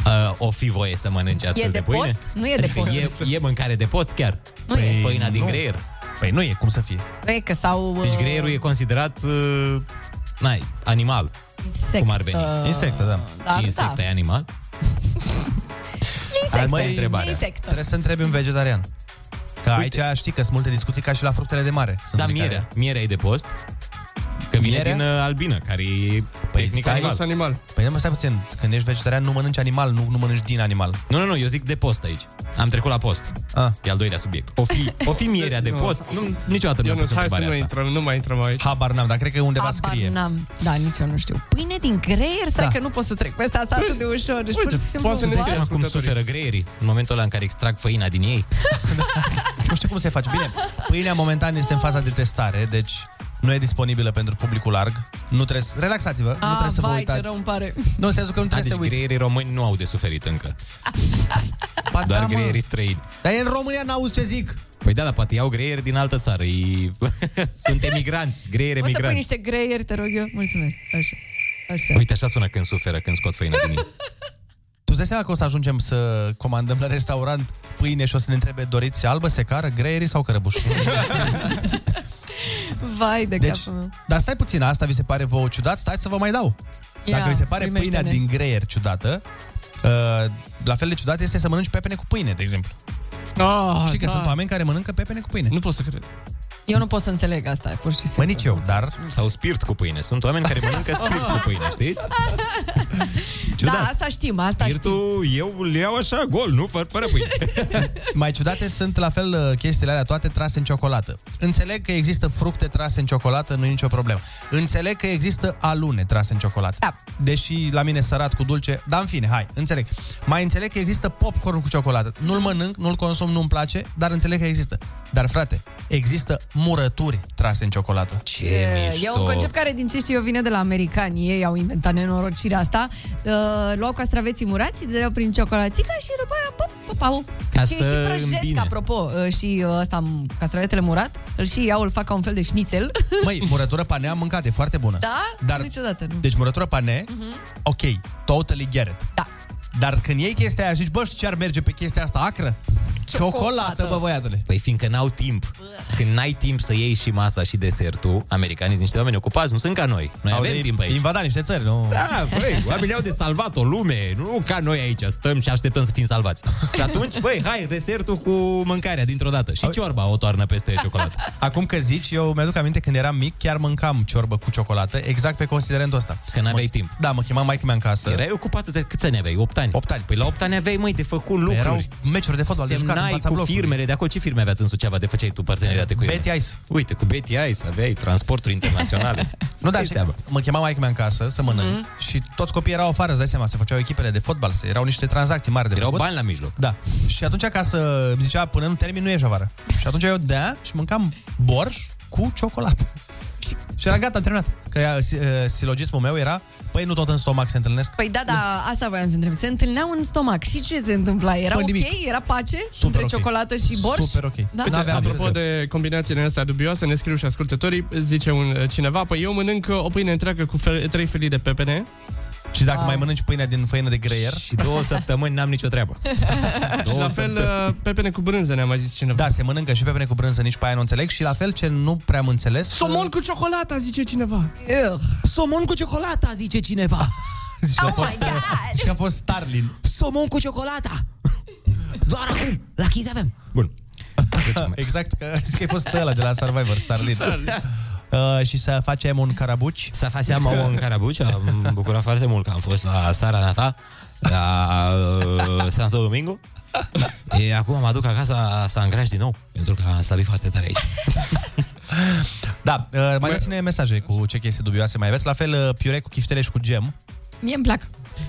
uh, o fi voie să mănânci astfel E de, de pâine? post? Nu e de Adică post. E, e mâncare de post chiar. Nu e. Făina din Nu. greier. Păi nu e, cum să fie? E că sau... Deci greierul e considerat uh, n-ai, animal. Insect, Cum ar veni? uh, Insectă, da. da, Și insecta da. e animal? E insect. Asta e E întrebarea. insect. Trebuie să întrebi un vegetarian. Că Uite. aici știi că sunt multe discuții ca și la fructele de mare. Sunt Da, unii mierea. Care... Mierea e de post. Că vine Mierea? Păi din uh, albină, care e tehnic stai, animal. nu-s Păi nu mă stai puțin, când ești vegetarian nu mănânci animal, nu, nu mănânci din animal. Nu, nu, nu, eu zic de post aici. Am trecut la post. Ah. E al doilea subiect. O fi, o fi mierea de Nu. post? Nu, niciodată mi-am Eu nu, pus hai să întrebarea nu asta. intrăm, nu mai intrăm aici. Habar n-am, dar cred că undeva Habar scrie. n-am. Da, nici eu nu știu. Pâine din greier? Stai Da. că nu pot să trec peste asta atât de ușor. Deci pur și simplu... Poți să ne what? spunem cum suferă greierii în momentul ăla în care extrag făina din ei. Nu știu cum se face. Bine, pâinea momentan este în faza de testare, deci nu e disponibilă pentru publicul larg. Nu trebuie să... Relaxați-vă, nu Ah, trebuie să vă vai, ce uitați. rău îmi pare. Nu, în sensul că nu A, trebuie deci să te uiți. greierii români nu au de suferit încă. Ba Doar da, mă. greierii străini. Dar e în România, n-auzi ce zic. Păi da, dar poate iau greieri din altă țară. Ei... Sunt emigranți, greieri Poți să pui emigranți. niște greieri, te rog eu? Mulțumesc. Așa. Așa. Uite, așa sună când suferă, când scot făina din ei. Tu îți dai seama că o să ajungem să comandăm la restaurant pâine și o să ne întrebe doriți albă, secară, greierii sau cărăbuș? Vai de Deci, capul meu. dar stai puțin, asta vi se pare vouă ciudat? Stai să vă mai dau. Ia, Dacă vi se pare primește-ne. pâinea din greier ciudată, uh, la fel de ciudat este să mănânci pepene cu pâine, de exemplu. Ah, Știi că da. sunt oameni care mănâncă pepene cu pâine. Nu pot să cred. Eu nu pot să înțeleg asta, pur și simplu. Mă, nici eu, dar... Sau spirit cu pâine. Sunt oameni care mănâncă spirit cu pâine, știți? Ciudat. Da, asta știm, asta știm. Spiritul, eu îl iau așa, gol, nu fără, fără pâine. Mai ciudate sunt la fel uh, chestiile alea toate trase în ciocolată. Înțeleg că există fructe trase în ciocolată, nu e nicio problemă. Înțeleg că există alune trase în ciocolată. Da. Deși la mine sărat cu dulce, dar în fine, hai, înțeleg. Mai înțeleg că există popcorn cu ciocolată. Nu-l mănânc, nu-l consum, nu-mi place, dar înțeleg că există. Dar frate, există murături trase în ciocolată. Ce mișto. E un concept care, din ce știu eu, vine de la americani. Ei au inventat nenorocirea asta. Uh, luau castraveții murați, dădeau prin ciocolatică și după aia, pop, pop, au. Ca și, să și prăjesc, îmbine. apropo. Uh, și uh, ăsta, m- castravetele murat, îl și iau, îl fac ca un fel de șnițel. Măi, murătură pane am mâncat, e foarte bună. da? Dar- Niciodată nu. Deci murătură pane, ok, totally get it. Da. Dar când iei chestia aia, zici, bă, știi ce ar merge pe chestia asta acră? Ciocolată, Ciocolată. bă, băiatule. Păi fiindcă n-au timp. da. Când n-ai timp să iei și masa și desertul, americanii sunt niște oameni ocupați, nu sunt ca noi. Noi Au avem de timp aici. Invada niște țări, nu? Da, băi, oamenii au de salvat o lume, nu ca noi aici, stăm și așteptăm să fim salvați. Și atunci, băi, hai, desertul cu mâncarea dintr-o dată. Și ciorba o toarnă peste ciocolată. Acum că zici, eu mi-aduc aminte când eram mic, chiar mâncam ciorbă cu ciocolată, exact pe considerentul ăsta. Că n-aveai timp. Da, mă chema maica mea în casă. Erai ocupat, de câți ani aveai? 8 ani. 8 ani. Păi la 8 ani aveai, măi, de făcut Erau lucruri. meciuri de fotbal de jucat. n-ai cu firmele de acolo. Ce firme aveați în Suceava de făceai tu parteneriate cu ele? Betty Ice. Uite, cu Betty Ice aveai transporturi internaționale. Nu, dar știi, mă chema maică mea în casă să mănânc mm. Mhm. și toți copiii erau afară, îți dai seama, se făceau echipele de fotbal, se, erau niște tranzacții mari de Erau făcut. bani la mijloc. Da. Și atunci ca să îmi zicea, până nu termin, nu ieși afară. Și atunci eu dea și mâncam borș cu ciocolată. Și era gata, am terminat. Că ea, si- eh, silogismul meu era, păi nu tot în stomac se întâlnesc. Păi da, da, asta voiam să întreb. Se întâlneau în stomac și ce se întâmpla? Era Păi ok? nimic. Era pace între ok. ciocolată și borș? Da? Uite, apropo de combinațiile astea dubioase, ne scriu și ascultătorii, zice un cineva, păi eu mănânc o pâine întreagă cu fe- trei felii de pepene. Și dacă mai mănânci pâinea din făină de greier? Și două săptămâni n-am nicio treabă. Și la fel, uh, pepene cu brânză ne-a mai zis cineva. Da, se mănâncă și pepene cu brânză, nici pe aia nu înțeleg. Și la fel ce nu prea am înțeles... uh, Somon cu ciocolata, zice cineva. Somon cu ciocolata, zice cineva. și, a fost, și a fost Starlin. Somon cu ciocolata. Doar acum, la Kiss FM. exact, că, zici că ai fost ăla de la Survivor, Starlin. Uh, și să facem un carabuci? Să facem un carabuci, am bucurat foarte mult că am fost la Sara Nata, la uh, Santo Domingo. E, acum mă aduc acasă să angraș din nou, pentru că am stabilit foarte tare aici. Da, uh, mai dați-ne mesaje cu ce chestii dubioase mai aveți. La fel, uh, piure cu chiftele și cu gem. Mie îmi plac.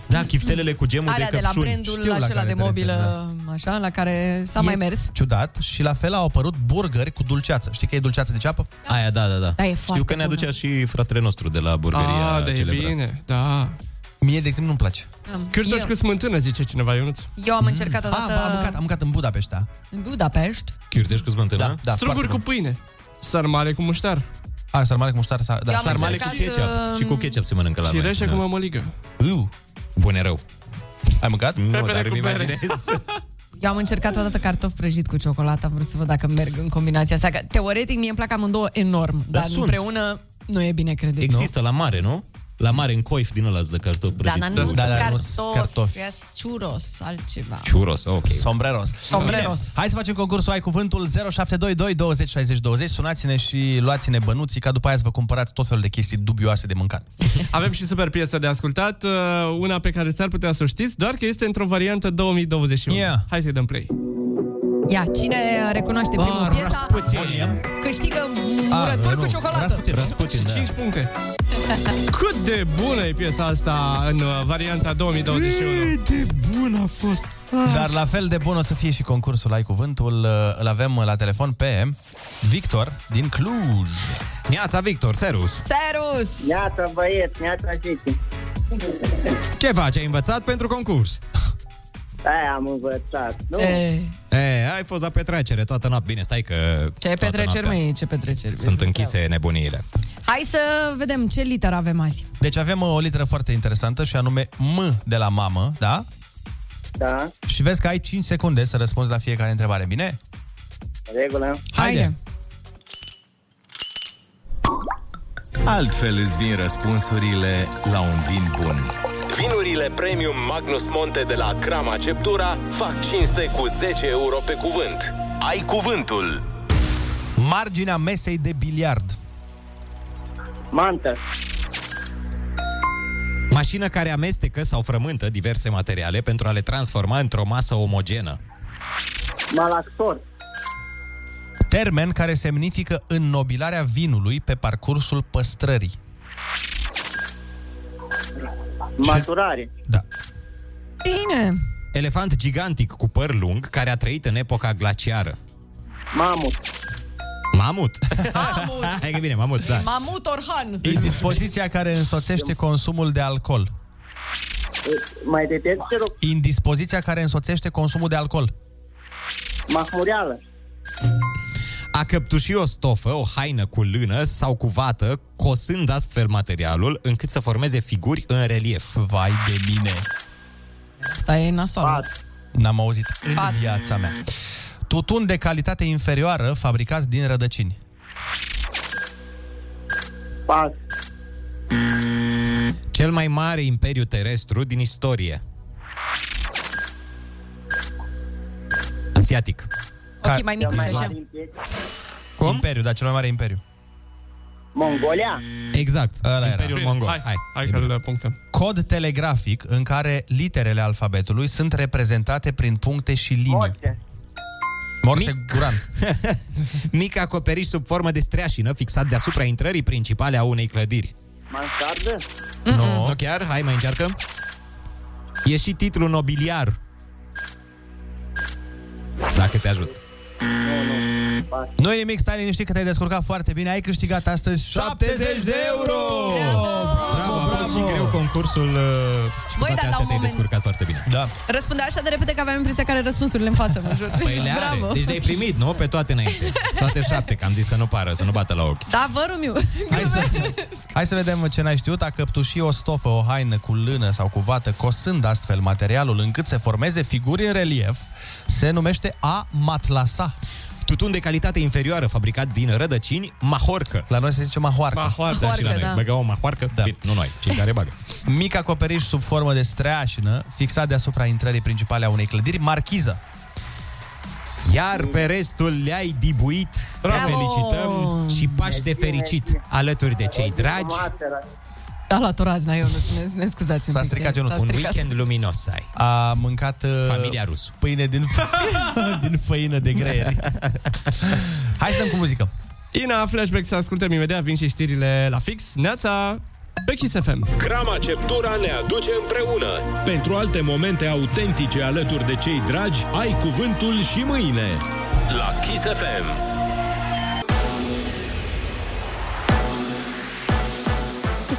Da, chiftelele cu gemul Alea de la brandul Știu la acela care de te referi, da. mobilă, așa, la care s-a E mai mers. Ciudat. Și la fel au apărut burgeri cu dulceață. Știi că e dulceață de ceapă? Aia, da, da, da. Da, e Știu că ne aducea și fratele nostru de la burgeria Ah, da, e celebră. bine, da. Mie, de exemplu, nu-mi place. Cârtoși Eu. cu smântână, zice cineva, Ionuț. Eu am încercat odată... Mm. Ah, ba, am mâncat, am mâncat în Budapesta. În Budapest. Chiurtești cu smântână? Da, da Struguri cu pâine. Sarmale cu muștar. A, sarmale cu muștar, sa, Eu da. am Sarmale cu încercat, uh, ketchup. um, Și cu ketchup se mănâncă la Și noi. da. reșe cu mămăligă. Uu. Bune rău. Ai mâncat? Nu, Pepene dar cu îmi bere. imaginez. Eu am încercat odată cartof prăjit cu ciocolată, am vrut să văd dacă merg în combinația asta. Că, teoretic, mie îmi plac amândouă enorm, Dar dar, sunt. împreună nu e bine, credeți. Există la mare, nu? La mare, în coif din ăla de cartofi Da, prăjiți. dar nu da, sunt cartofi, sunt churros, altceva. Churros, ok. Sombreros. Sombreros. Bine, hai să facem concursul Ai Cuvântul 0722 20 60 20. Sunați-ne și luați-ne bănuții, ca după aia să vă cumpărați tot felul de chestii dubioase de mâncat. Avem și super piesă de ascultat, uh, una pe care s-ar putea să o știți, doar că este într-o variantă 2021. Yeah. Hai să-i dăm play. Ia, cine recunoaște primul Ah, piesa, câștigă Ah, murături cu ciocolată. Rasputin, da. 5 puncte. Cât de bună e piesa asta în uh, varianta Mm. 2021? Cât de bună a fost! Ah. Dar la fel de bun o să fie și concursul Ai Cuvântul. uh, Îl avem la telefon pe Victor din Cluj. Neața, Victor, serus! Serus! Iată, băieți, neața Cici. Ce faci? Ai învățat pentru concurs? Aia am învățat, nu? E, E, ai fost la petrecere toată noaptea. Bine, stai că... ce toată petreceri, noaptea măi, ce petreceri. Sunt închise nebuniile. Hai să vedem ce literă avem azi. Deci avem o literă foarte interesantă și anume M de la mamă, da? Da, Și vezi că ai 5 secunde să răspunzi la fiecare întrebare, bine? în regulă. Haide! Altfel îți vin răspunsurile la un vin bun. Vinurile premium Magnus Monte de la Crama Ceptura fac cinste cu 10 euro pe cuvânt. Ai cuvântul! Marginea mesei de biliard. Mantă. Mașină care amestecă sau frământă diverse materiale pentru a le transforma într-o masă omogenă. Malaxor. Termen care semnifică înnobilarea vinului pe parcursul păstrării. Maturare. Bine! Elefant gigantic cu păr lung care a trăit în epoca glaciară. Mamut. Ah! Mamut. Mamut. Hai că bine, mamut, da. Mamut Orhan! Indispoziția care însoțește consumul de alcool. Mai depinde, te rog, Indispoziția care însoțește consumul de alcool. mahmureală. A căptuși o stofă, o haină cu lână sau cu vată, cosând astfel materialul încât să formeze figuri în relief. Vai de mine! Asta e nasoală. N-am auzit în Pas. viața mea. Tutun de calitate inferioară fabricat din rădăcini. Pas. Cel mai mare imperiu terestru din istorie. Asiatic. Ok, mai mic, Mai așa. mare imperiu. Cum? Imperiu, da, cel mai mare imperiu. Mongolia. Exact. Ăla era. Imperiul Mongol. Hai, hai. Hai că-l punctăm. Cod telegrafic în care literele alfabetului sunt reprezentate prin puncte și linii. Morse Guran. Mic acoperiș sub formă de streașină fixat deasupra intrării principale a unei clădiri. Mansardă? Nu. No. Nu chiar? Hai, mai încearcă. E și titlul nobiliar. Dacă te ajut. Nu e nimic, stai liniștit că te-ai descurcat foarte bine. Ai câștigat astăzi 70 de euro! Bravo, a fost și greu concursul uh, și cu Băi, toate dar la astea un te-ai moment- descurcat foarte bine. Da. Răspunde așa de repede că aveam impresia că are răspunsurile în față, mă jur. Păi le are. Bravo. Deci le-ai primit, nu? Pe toate înainte. Toate șapte, că am zis să nu pară, să nu bată la ochi. Da, vărul meu. Hai să, hai să vedem ce n-ai știut. A căptuși o stofă, o haină cu lână sau cu vată, cosând astfel materialul încât se formeze figuri în relief, se numește a matlasa. Tutun de calitate inferioară, fabricat din rădăcini, mahorcă. La noi se zice mahoarcă. Mahoarcă, da, și la noi. Da. Băga o mahoarcă, da. nu noi, cei care bagă. Mic acoperiș sub formă de streașină, fixat deasupra intrării principale a unei clădiri, marchiză. Iar pe restul le-ai dibuit, te Bravo! felicităm și Paște fericit alături de cei dragi. Da, la torazna, eu nu ne, ne scuzați un S-a pic. stricat, eu Ionuț. Un weekend luminos ai. A mâncat uh, Familia Rusu. pâine din, din făină de greieri. Hai să dăm cu muzică. Ina, flashback să ascultăm imediat, vin și știrile la fix. Neața, pe Kiss FM. Crama Ceptura ne aduce împreună. Pentru alte momente autentice alături de cei dragi, ai cuvântul și mâine. La Kiss FM.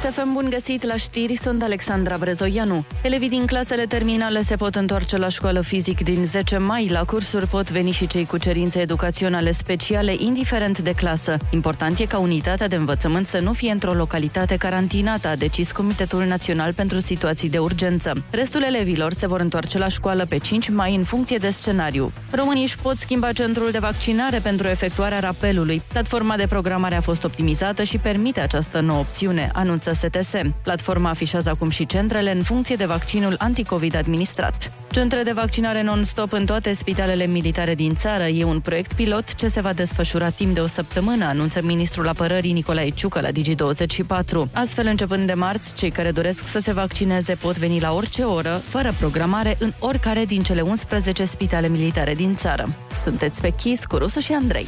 SFM bun găsit la știri, sunt Alexandra Brezoianu. Elevii din clasele terminale se pot întoarce la școală fizic din 10 mai. La cursuri pot veni și cei cu cerințe educaționale speciale, indiferent de clasă. Important e ca unitatea de învățământ să nu fie într-o localitate carantinată, a decis Comitetul Național pentru Situații de Urgență. Restul elevilor se vor întoarce la școală pe 5 mai în funcție de scenariu. Românii își pot schimba centrul de vaccinare pentru efectuarea rapelului. Platforma de programare a fost optimizată și permite această nouă opțiune, anunță STS. Platforma afișează acum și centrele în funcție de vaccinul anticovid administrat. Centre de vaccinare non-stop în toate spitalele militare din țară e un proiect pilot ce se va desfășura timp de o săptămână, anunță ministrul apărării Nicolae Ciucă la Digi24. Astfel, începând de marți, cei care doresc să se vaccineze pot veni la orice oră, fără programare, în oricare din cele 11 spitale militare din țară. Sunteți pe Kiss cu Rusu și Andrei.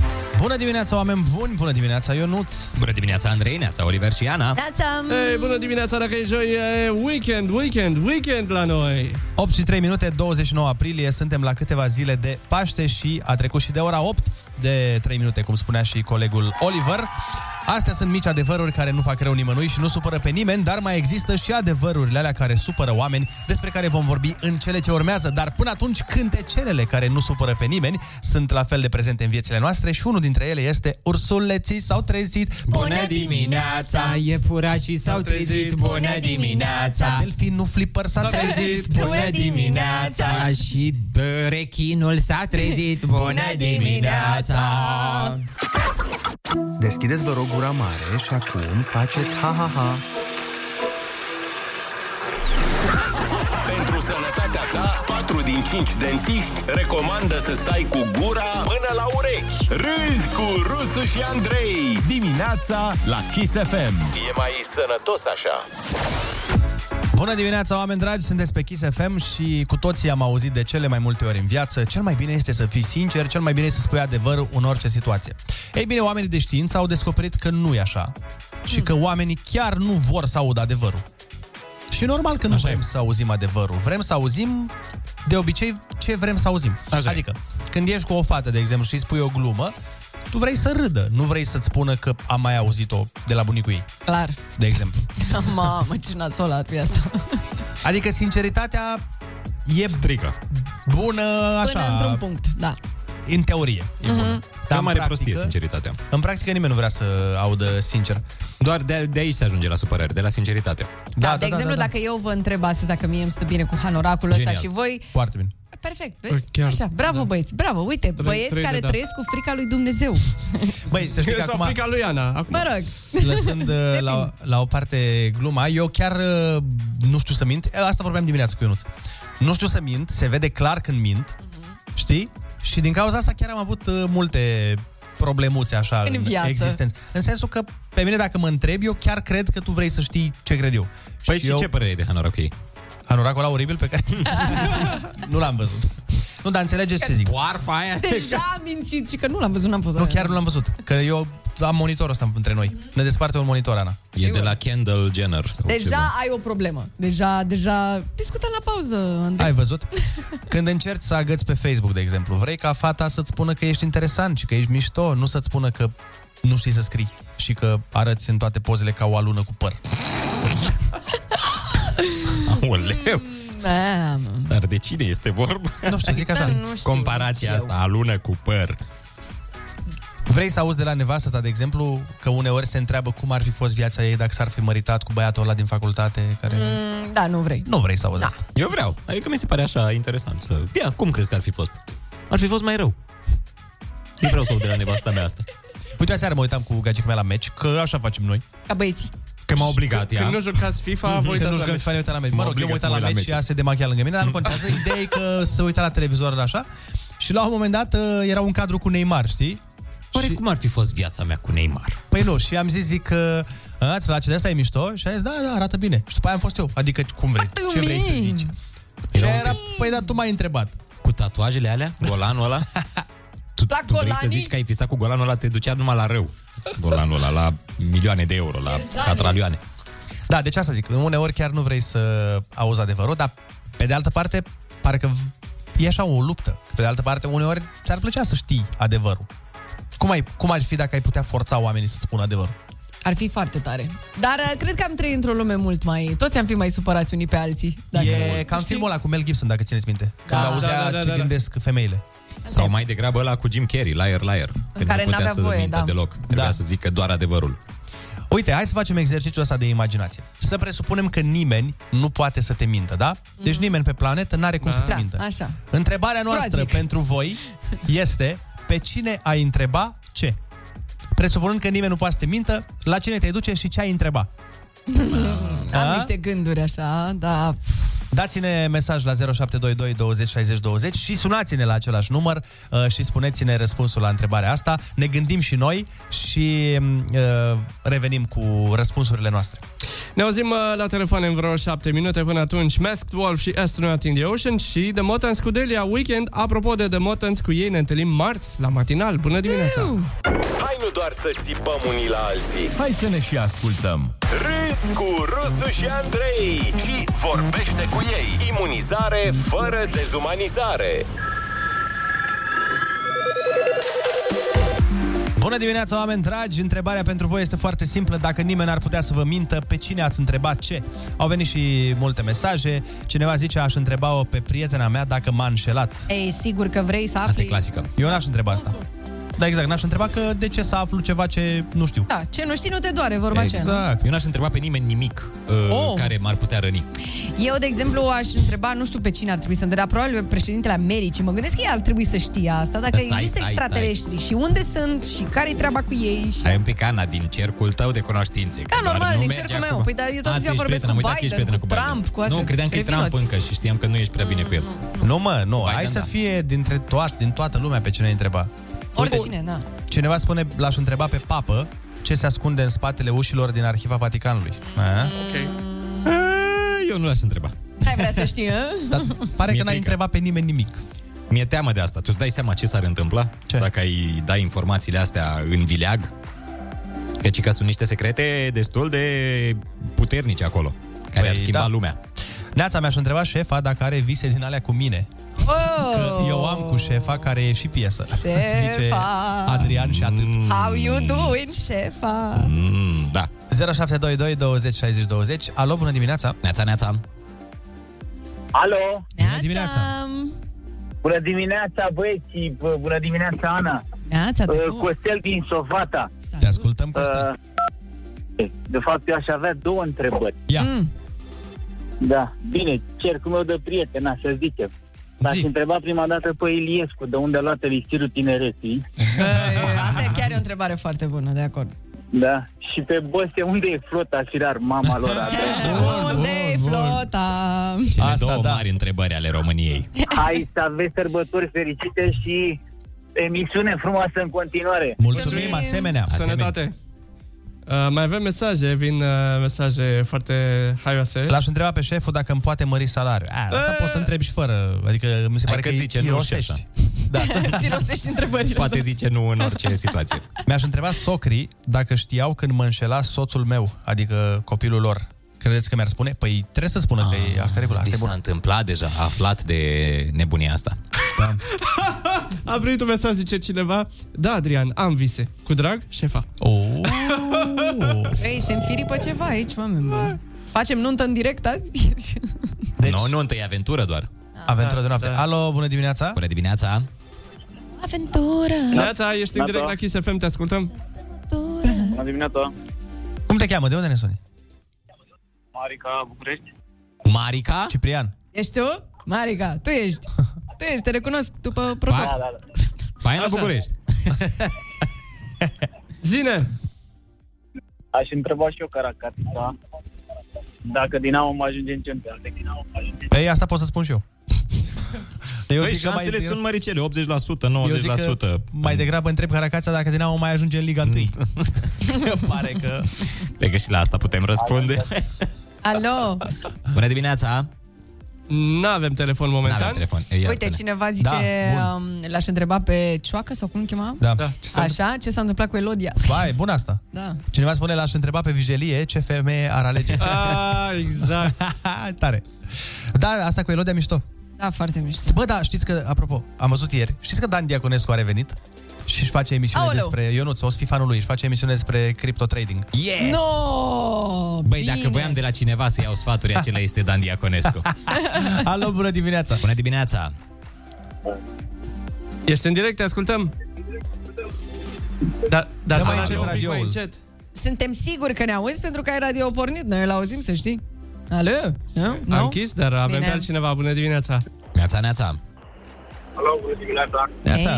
Bună dimineața, oameni buni! Bună dimineața, Ionuț! Bună dimineața, Andrei, neața, Oliver și Ana. Neața! Ei, bună dimineața, dacă e joi, e weekend, weekend, weekend la noi. 8 și 3 minute, 29 aprilie, suntem la câteva zile de Paște și a trecut și de ora 8 de 3 minute, cum spunea și colegul Oliver. Astea sunt mici adevăruri care nu fac rău nimănui și nu supără pe nimeni, dar mai există și adevărurile alea care supără oameni, despre care vom vorbi în cele ce urmează, dar până atunci cântecelele care nu supără pe nimeni sunt la fel de prezente în viețile noastre și unul dintre ele este Ursuleții s-au trezit. Bună dimineața, iepurașii s-au trezit Bună dimineața Delfinul Flipper s-a trezit Bună dimineața Și bă, rechinul s-a trezit Bună dimineața Deschideți, vă rog, gura mare și acum faceți ha-ha-ha. Pentru sănătatea ta, 4 din 5 dentiști recomandă să stai cu gura până la urechi. Râzi cu Rusu și Andrei. Dimineața la Kiss FM. E mai sănătos așa. Bună dimineața, oameni dragi! Sunteți pe Kiss FM și cu toții am auzit de cele mai multe ori în viață cel mai bine este să fii sincer, cel mai bine este să spui adevărul în orice situație. Ei bine, oamenii de știință au descoperit că nu e așa și că oamenii chiar nu vor să audă adevărul. Și normal că nu vrem să auzim adevărul. Vrem să auzim de obicei ce vrem să auzim. Așa adică, când ești cu o fată, de exemplu, și îi spui o glumă, tu vrei să râdă, nu vrei să-ți spună că am mai auzit-o de la bunicul ei, Clar. de exemplu. Mamă, ce nasol ar fi asta. Adică sinceritatea e strică. Bună așa. Da, Până într-un punct, da. În teorie. Mhm. Dar în mare practică- prostie, sinceritatea În practică nimeni nu vrea să audă sincer. Doar de, de aici se ajunge la supărare, de la Da, sinceritate Da, de exemplu, dacă eu vă întreb astăzi dacă mie îmi stă bine cu hanoracul ăsta da, Genial. și voi, Foarte bine. perfect, vezi? Păi Chiar- Așa, bravo da. băieți, bravo, uite, Trei- băieți trei de care da. trăiesc cu frica lui Dumnezeu. Băi, să știi că Sau acum... frica lui Ana. Acum. Mă rog. Lăsând uh, la, la o parte gluma, eu chiar uh, nu știu să mint. Eh, Asta vorbeam dimineața cu Ionut. Nu știu să mint, se vede clar când mint, Mhm. știi? Și din cauza asta chiar am avut uh, multe problemuțe așa În viață. existență. În sensul că pe mine dacă mă întrebi, eu chiar cred că tu vrei să știi ce cred eu. Păi și, și eu... ce părere de Hanorac ei? Hanoracul ăla oribil pe care nu l-am văzut. Nu, dar înțelegeți ce zic. Boarfa aia. Deja am mințit și că nu l-am văzut, n-am fost. Nu, chiar nu l-am văzut. Că eu am monitorul ăsta între noi. Ne desparte un monitor, Ana. E de la Kendall Jenner. Sau Deja ai o problemă. Deja, deja... Discutăm la pauză, Andrei. Ai văzut? Când încerci să agăți pe Facebook, de exemplu, vrei ca fata să-ți spună că ești interesant și că ești mișto, nu să-ți spună că nu știi să scrii și că arăți în toate pozele ca o alună cu păr. Aoleu. Mamă. Dar de cine este vorba? Nu știu, zic așa. Da, nu știu. Comparația asta alună cu păr. Vrei să auzi de la nevastă ta, de exemplu, că uneori se întreabă cum ar fi fost viața ei dacă s-ar fi măritat cu băiatul ăla din facultate care... Mm, da, nu vrei. Nu vrei să auzi da. asta. Eu vreau. Adică mi se pare așa interesant. Să... Ia, cum crezi că ar fi fost? Ar fi fost mai rău. Nu vreau să aud de la nevasta mea asta. Uite, aseară mă uitam cu gagica mea la meci, că așa facem noi. Ca băieți. Că m-a obligat ea. Când nu jucați FIFA, Mhm. voi uitați Când la nu jucăm meci. FIFA, ne uităm la meci. Mă Mă rog, eu obligă mă să uitam mă uit la la meci, meci. ea se demachia lângă mine, dar nu contează. Ideea e că se uita la televizor așa și la un moment dat ă, era un cadru cu Neymar, știi? Oare cum ar fi fost viața mea cu Neymar? Păi nu, și am zis, zic că "A, îți place de asta, e mișto? Și a zis, da, da, arată bine. Și după aia am fost eu. Adică cum vrei, ce vrei să zici? Și aia era, păi da, tu m-ai întrebat. Cu tatuajele alea? Golanul ăla? tu, la tu vrei să zici că ai fi stat cu golanul ăla, te ducea numai la rău. Golanul ăla, la milioane de euro, la catralioane. Da, deci asta zic, uneori chiar nu vrei să auzi adevărul, dar pe de altă parte, parcă v- e așa o luptă. Pe de altă parte, uneori ți-ar plăcea să știi adevărul. Cum, ai, cum ar fi dacă ai putea forța oamenii să-ți spună adevărul? Ar fi foarte tare. Dar uh, cred că am trăit într-o lume mult mai... Toți am fi mai supărați unii pe alții. Dacă e ca în filmul ăla cu Mel Gibson, dacă țineți minte. Când Da. auzea Da, da, da, ce da, da. gândesc femeile. Sau mai degrabă ăla cu Jim Carrey, Liar Liar. Când care nu putea n-avea să voie, mintă da. deloc. Trebuia să zică doar adevărul. Uite, hai să facem exercițiul ăsta de imaginație. Să presupunem că nimeni nu poate să te mintă, da? Deci nimeni pe planetă n-are cum să te Mm. Da, mintă. așa. Întrebarea noastră Groaznic. pentru voi este pe cine ai întreba ce? Presupunând că nimeni nu poate să te mintă, la cine te duce și ce ai întreba? Am A? niște gânduri așa, da. Dați-ne mesaj la 0722 20 60 20 și sunați-ne la același număr uh, și spuneți-ne răspunsul la întrebarea asta. Ne gândim și noi și uh, revenim cu răspunsurile noastre. Ne auzim uh, la telefon în vreo 7 minute până atunci Masked Wolf și Astronaut in the Ocean și The Motans cu Delia Weekend. Apropo de The Motans, cu ei ne întâlnim marți la matinal. Bună dimineața! Hai nu doar să țipăm unii la alții Hai să ne și ascultăm. Râzi cu Rusu și Andrei Și vorbește cu ei Imunizare fără dezumanizare Bună dimineața, oameni dragi! Întrebarea pentru voi este foarte simplă. Dacă nimeni ar putea să vă mintă, pe cine ați întrebat ce? Au venit și multe mesaje. Cineva zice, aș întreba-o pe prietena mea dacă m-a înșelat. Ei, sigur că vrei să afli... clasică. Eu n-aș întreba asta. Da, exact, n-aș întreba că de ce să aflu ceva ce nu știu. Exact. Da, ce nu știi nu te doare, vorba aceea. Exact. nu? Eu n-aș întreba pe nimeni nimic uh, Oh. oh. care m-ar putea răni. Eu, de exemplu, aș întreba, nu știu pe cine ar trebui să întreb, dar probabil pe președintele Americii. Mă gândesc că el ar trebui să știe asta, dacă Stai, există stai, extraterestri și unde sunt și care-i treaba cu ei. Și... Ai un pic Ana din cercul tău de cunoștințe. Da, că doar normal, nu din merge cercul meu. acum. Păi, dar eu toată A, ziua tu vorbesc ești prietenă, cu am uitat că ești Biden, prietenă cu Trump, cu astea. Nu, credeam că e Trump Revinoți. încă și știam că nu ești prea bine cu el. Nu mă, nu, Biden, hai să da. fie dintre toat, din toată lumea pe cine ai întreba. Oricine, da. Cineva spune, l-aș întreba pe papă ce se ascunde în spatele ușilor din Arhiva Vaticanului. A? Ok. Eu nu l-aș întreba. Hai vrea să ă? știi, Dar pare Mi-e că n-ai frică. întrebat pe nimeni nimic. Mi-e teamă de asta. Tu îți dai seama ce s-ar întâmpla ce? dacă ai dai informațiile astea în vileag? Căci că sunt niște secrete destul de puternice acolo, care Păi, ar schimba da. lumea. Neața mi-aș întreba șefa dacă are vise din alea cu mine. Că Oh, eu am cu șefa care e și piesă. Șefa. Zice Adrian și atât. how you doing, șefa? Mm, da. 0722 20 60 20. Alo, bună dimineața. Neața, neața. Alo! Bună dimineața. Bună dimineața, băieți! Bună dimineața, Ana! Neața, Ă, Uh, Costel din Sovata. Te ascultăm, Costel. De fapt, eu aș avea două întrebări. Ia. Da, bine, cercul meu de prieten, să zicem. L-aș întreba prima dată pe Iliescu de unde a luat elixirul tinereții. Asta e chiar e o întrebare foarte bună, de acord. Da. Și pe Băse, unde e flota firar mama lor? Unde Ah, e flota? Cele Asta, două da. mari întrebări ale României. Hai să aveți sărbători fericite și emisiune frumoasă în continuare. Mulțumim, asemenea. Sănătate. Uh, mai avem mesaje, vin uh, mesaje foarte haioase. L-aș întreba pe șeful dacă îmi poate mări salariul. A, asta Ă. poți să întrebi și fără. Adică mi se pare că că zice, nu și irosești. așa. Da. Ți rostești întrebările. Poate zice nu în orice situație. Mi-aș întreba socrii dacă știau când mă înșela soțul meu, adică copilul lor. Credeți că mi-ar spune? Păi trebuie să spună că e asta e regula. Asta Deci e s-a bună. întâmplat deja, a aflat de nebunia asta. A primit un mesaj, zice cineva Da, Adrian, am vise Cu drag, șefa oh. Ei, se înfiripă ceva aici, Da. mame. Facem nuntă în direct azi? Deci... Nu, nu, întâi aventură doar. Aventură de noapte. Da. Alo, bună dimineața! Bună dimineața! Aventură! Neața, ești în direct la Kiss FM, te ascultăm Bună dimineața! Cum te cheamă? De unde ne suni? Marica București. Marica? Ciprian. Ești tu? Marica, tu ești. Tu ești, te recunosc după prosop. Da, da, Faina Așa. București! Zine! Aș întreba și eu Caracatița dacă Dinamo mă ajunge în Champions League. Păi asta pot să spun și eu. Eu Păi zic că mai- șansele eu- sunt măricele, 80%, 90%. Eu zic că mai degrabă întreb Caracața dacă Dinamo mai ajunge în Liga 1. Pare că... Cred că și la asta putem răspunde. Alo! Bună dimineața! Nu avem telefon momentan. N-avem telefon. Ei, Uite, iartă-ne. cineva zice, Da, da, um, l-aș întreba pe Cioacă sau cum îl chema? Da. da. Așa, ce s-a întâmplat cu Elodia? Vai, bună asta. Da. Cineva spune, l-aș întreba pe vijelie ce femeie ar alege. Ah, exact. Tare. Da, asta cu Elodia mișto. Da, foarte mișto. Bă, da, știți că, apropo, Păi, am văzut ieri, știți că Dan Diaconescu a revenit? Și își face emisiune Aoleu. despre Ionuț, o să fi fanul lui, își face emisiune despre crypto trading. Yes! No! Băi, dacă voiam de la cineva să iau sfaturi, acela este Dan Diaconescu. Alo, bună dimineața! Bună dimineața! Ești în direct, te ascultăm Da, da, Dă mai da, încet da, radioul. mai încet. Suntem siguri că ne auzi pentru că ai radio pornit. Noi îl auzim, să știi. Alo? Nu? Am Nu? închis, dar avem Bine. pe altcineva Bună dimineața Neața, neața Alo, bună dimineața! Neața.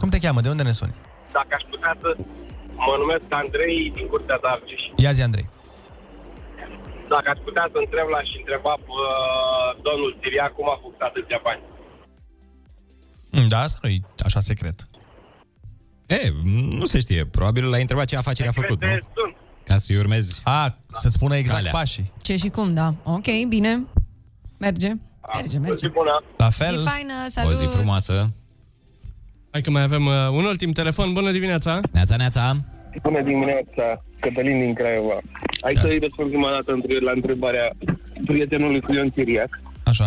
Cum te cheamă? De unde ne suni? Dacă aș putea să... Mă numesc Andrei din Curtea Dargeș. Ia zi, Andrei. Dacă aș putea să întreb, l-aș întreba pe uh, domnul Siria cum a făcut atâția bani. Mm, Da, asta nu e așa secret. E, nu se știe. Probabil l-ai întrebat ce afacere a făcut, nu? Ca să-i urmezi. A, să-ți spună exact pașii. Ce și cum, da. Ok, bine. Merge. Merge, merge. La Zi faină, salut! frumoasă. Hai că mai avem uh, un ultim telefon. Bună dimineața! Neața, neața! Bună dimineața, Cătălin din Craiova. Hai să-i răspund prima dată între- la întrebarea prietenului cu Ion Chiriac. Așa.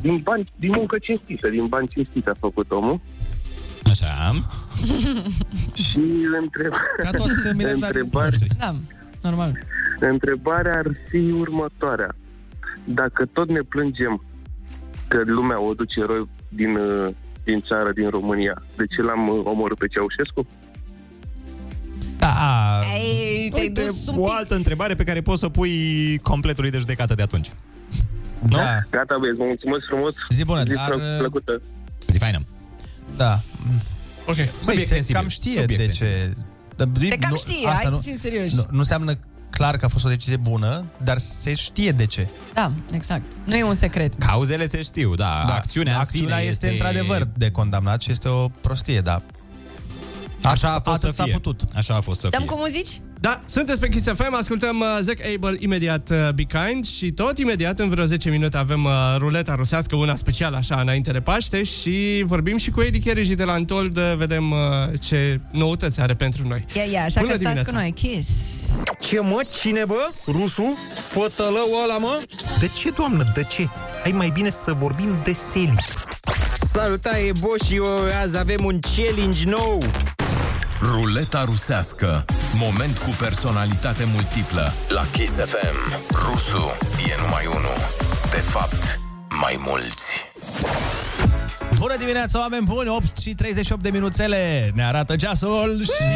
Din, bani, din muncă cinstită, din bani cinstită a făcut omul. Așa. Și întreb... Ca toți milionarii întrebarea, Da, normal. întrebarea ar fi următoarea. Dacă tot ne plângem că lumea o duce rău din, uh, din țară, din România, de ce l-am uh, omorât pe Ceaușescu? Da, a... Ei, te-ai Uite, dus un o pic. altă întrebare pe care poți să o pui completului deci, de judecată de atunci. Da. Gata, băieți, vă mulțumesc frumos. Zi bună, Zi dar, uh, plă- plăcută. Zi faină. Da. Ok. Băi, Subiect se sensibil. cam știe Subiect de ce... Te cam știe, hai să fim serioși. Nu, nu înseamnă clar că a fost o decizie bună, dar se știe de ce. Da, exact. Nu e un secret. Cauzele se știu, da. da. Acțiunea, în Acțiunea sine este, este într-adevăr de condamnat și este o prostie, da. Așa a fost atât să s-a fie. putut. Așa a fost să Dăm fie. cu muzici? Da, sunteți pe Kiss FM, ascultăm uh, Zac Abel imediat uh, Be Kind și tot imediat în vreo 10 minute avem uh, ruleta rusească, una specială așa înainte de Paște și vorbim și cu Edi Cherici de la Antold, uh, vedem uh, ce noutăți are pentru noi. Ia, ia, așa Bună că stați dimineața. cu noi. Kiss. Ce mă? Cine bă? Rusu? Fătălău ăla mă? De ce, doamnă, de ce? Hai mai bine să vorbim de seli. Salutare, Bo și eu, azi avem un challenge nou. Ruleta rusească. Moment cu personalitate multiplă. La Kiss FM. Rusu e numai unul. De fapt, mai mulți. Bună dimineața, oameni buni! 8 și 38 de minuțele ne arată ceasul și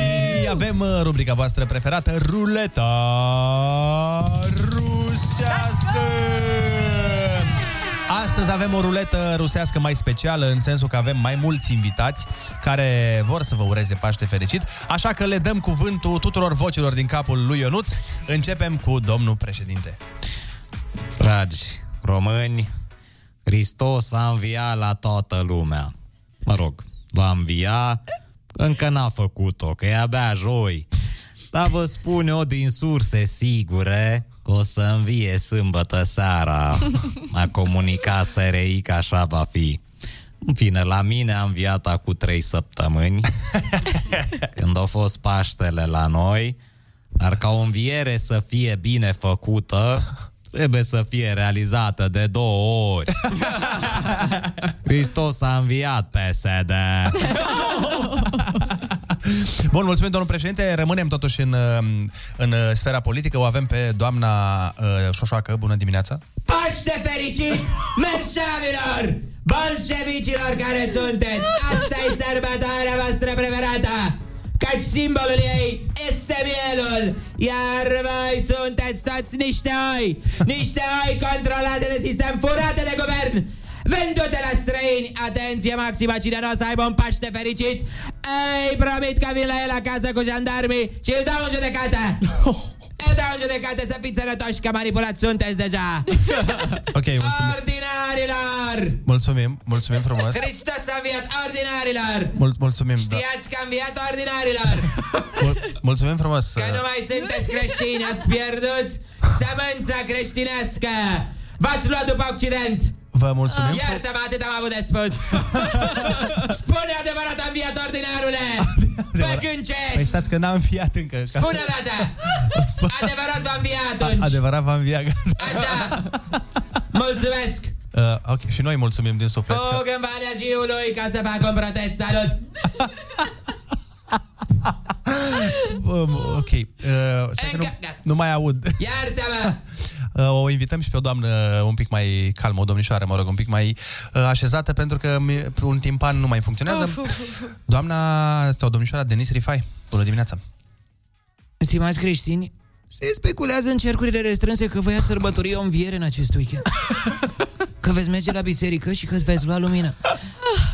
avem uh, rubrica voastră preferată, ruleta rusească! Astăzi Astăzi avem o ruletă rusească mai specială, în sensul că avem mai mulți invitați care vor să vă ureze Paște fericit, așa că le dăm cuvântul tuturor vocilor din capul lui Ionuț. Începem cu domnul președinte. Dragi români, Hristos a înviat la toată lumea. Mă rog, va învia, încă n-a făcut-o, că e abia joi. Dar vă spun eu din surse sigure că o să învie sâmbătă seara. A comunicat SRI că așa va fi. În fine, la mine a înviat acum trei săptămâni, când au fost Paștele la noi, dar ca o înviere să fie bine făcută, trebuie să fie realizată de două ori. Hristos a înviat PSD. Bun, mulțumim, domnul președinte. Rămânem totuși în, uh, în uh, sfera politică. O avem pe doamna uh, Șoșoacă. Bună dimineața! Paște fericit merșavilor! Bolșevicilor care sunteți! asta e sărbătoarea voastră preferată! Căci simbolul ei este mielul, iar voi sunteți toți niște oi, niște oi controlate de sistem, furate de guvern, vândute la străini. Atenție maximă, cine nu o să aibă un Paște fericit, ei promit că vin la el acasă cu jandarmii și îl dau în judecată. Îl dau în judecată să fiți sănătoși că manipulați sunteți deja. Ok, mulțumim, Ordinarilor! mulțumim, mulțumim frumos. Hristos a înviat ordinarilor! Mul- mulțumim, da. Știați că a înviat ordinarilor! Mul- mulțumim frumos. Că nu mai sunteți creștini, ați pierdut sămânța creștinească! V-ați luat după Occident! Vă mulțumim. Iartă-mă, atât am avut de spus! Spune adevărat a înviat ordinarule! Păcâncești! Păi stați că n-am fiat încă. Ca- Spune o dată! Adevărat v-a înviat atunci! Da, Adevărat v-am viat. Mulțumesc! Uh, ok, și noi mulțumim din suflet. că- Fug în Valea Jiului ca să fac un protest, salut! Um, ok. Uh, stai că nu, nu mai aud. Iartă-mă! Uh, O invităm și pe o doamnă un pic mai calmă, o domnișoară, mă rog, un pic mai uh, așezată, pentru că mi- un timpan nu mai funcționează. Uf, uf, uf, uf. Doamna sau domnișoara Denis Rifai, bună dimineața! Stimați creștini, se speculează în cercurile restrânse că voi ați sărbători o înviere în acest weekend. Că veți merge la biserică și că îți veți lua lumină.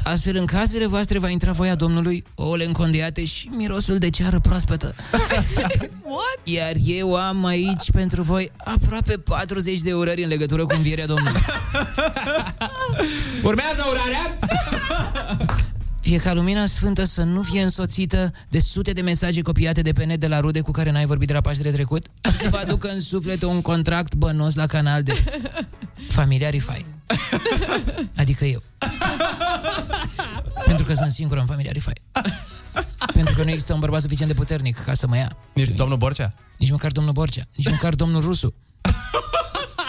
Astfel, în casele voastre va intra voia Domnului, ouăle încondiate și mirosul de ceară proaspătă. What? Iar eu am aici pentru voi aproape 40 de urări în legătură cu învierea Domnului. Urmează urarea! Fie ca lumina sfântă să nu fie însoțită de sute de mesaje copiate de pe net de la rude cu care n-ai vorbit de la Paștele trecut, și să vă aducă în suflet un contract bănos la canal de Familia Rifai. Adică eu. Pentru că sunt singură în Familia Rifai. Pentru că nu există un bărbat suficient de puternic ca să mă ia. Nici domnul Borcea? Nici măcar domnul Borcea. Nici măcar domnul Rusu.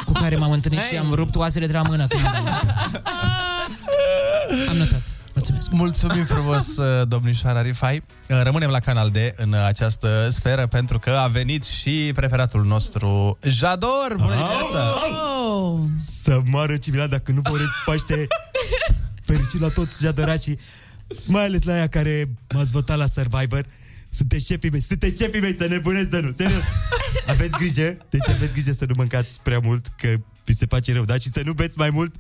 Cu care m-am întâlnit și am rupt oasele de la mână. când am văzut. Am notat. Mulțumesc. Mulțumim frumos, uh, domnișoara Rifai. Uh, Rămânem la Canal D în această sferă pentru că a venit și preferatul nostru, Jador. Bună dimineața! Oh. Să moară civila dacă nu vă urez Paște fericit la toți jadorașii, mai ales la aia care m-ați votat la Survivor. Sunteți șefii mei, sunteți șefii mei, să nebunesc de nu, serios. Aveți grijă, deci aveți grijă să nu mâncați prea mult, că vi se face rău, da? Și să nu beți mai mult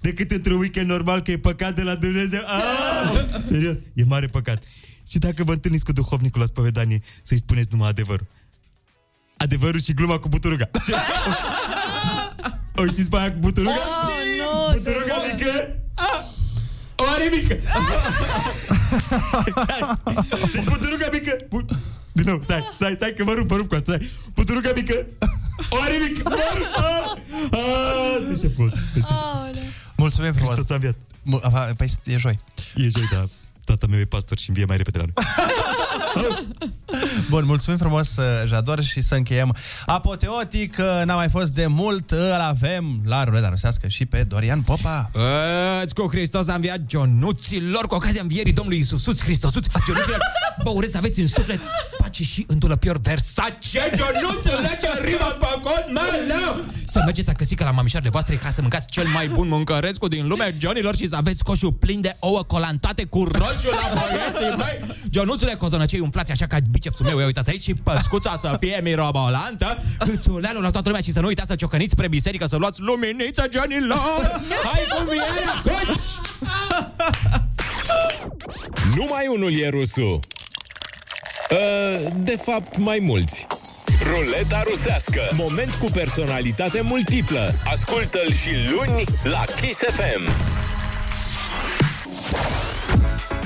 decât într-un weekend normal, că e păcat de la Dumnezeu. Aaa! Serios, e mare păcat. Și dacă vă întâlniți cu duhovnicul la spovedanie, să-i spuneți numai adevărul. Adevărul și gluma cu buturuga. O știți pe aia cu buturuga? Oh, no, buturuga mică? O are mică! deci buturuga mică... Bu- Din nou, stai, stai, stai că mă rup, mă rup cu asta, stai. Buturuga mică... O are mică! Mă rup! Oh. Ah! Ah, Sunt șeful ăsta. Mulțumim frumos. Hristos a înviat. Păi e joi. E joi, da. Tata meu e pastor și învie mai repede la noi. Bun, mulțumim frumos, uh, Jador, și să încheiem apoteotic. uh, N-a mai fost de mult, uh, îl avem la ruleta rusească și pe Dorian Popa. Îți cu Hristos a înviat Gionuților cu ocazia învierii Domnului Iisusuț Hristosuț, Gionuților, vă urez să aveți în suflet pace face și îndulă pior Versace, Gionuță, lege, rima, făcut, mă, lău! Să mergeți acăsică la mamișoarele voastre ca să mâncați cel mai bun mâncărescu din lume, Johnilor, și să aveți coșul plin de ouă colantate cu roșu la băieții mei. Gionuțule, cozonăcei umflați așa ca bicepsul meu, ia uitați aici, și păscuța să fie mirobolantă, câțuleanul la toată lumea și să nu uitați să ciocăniți spre biserică, să luați luminiță, Johnilor! Hai cu vierea, coci! Numai unul e rusul. Ă, Uh, De fapt, mai mulți. Ruleta rusească. Moment cu personalitate multiplă. Ascultă-l și luni la Kiss FM.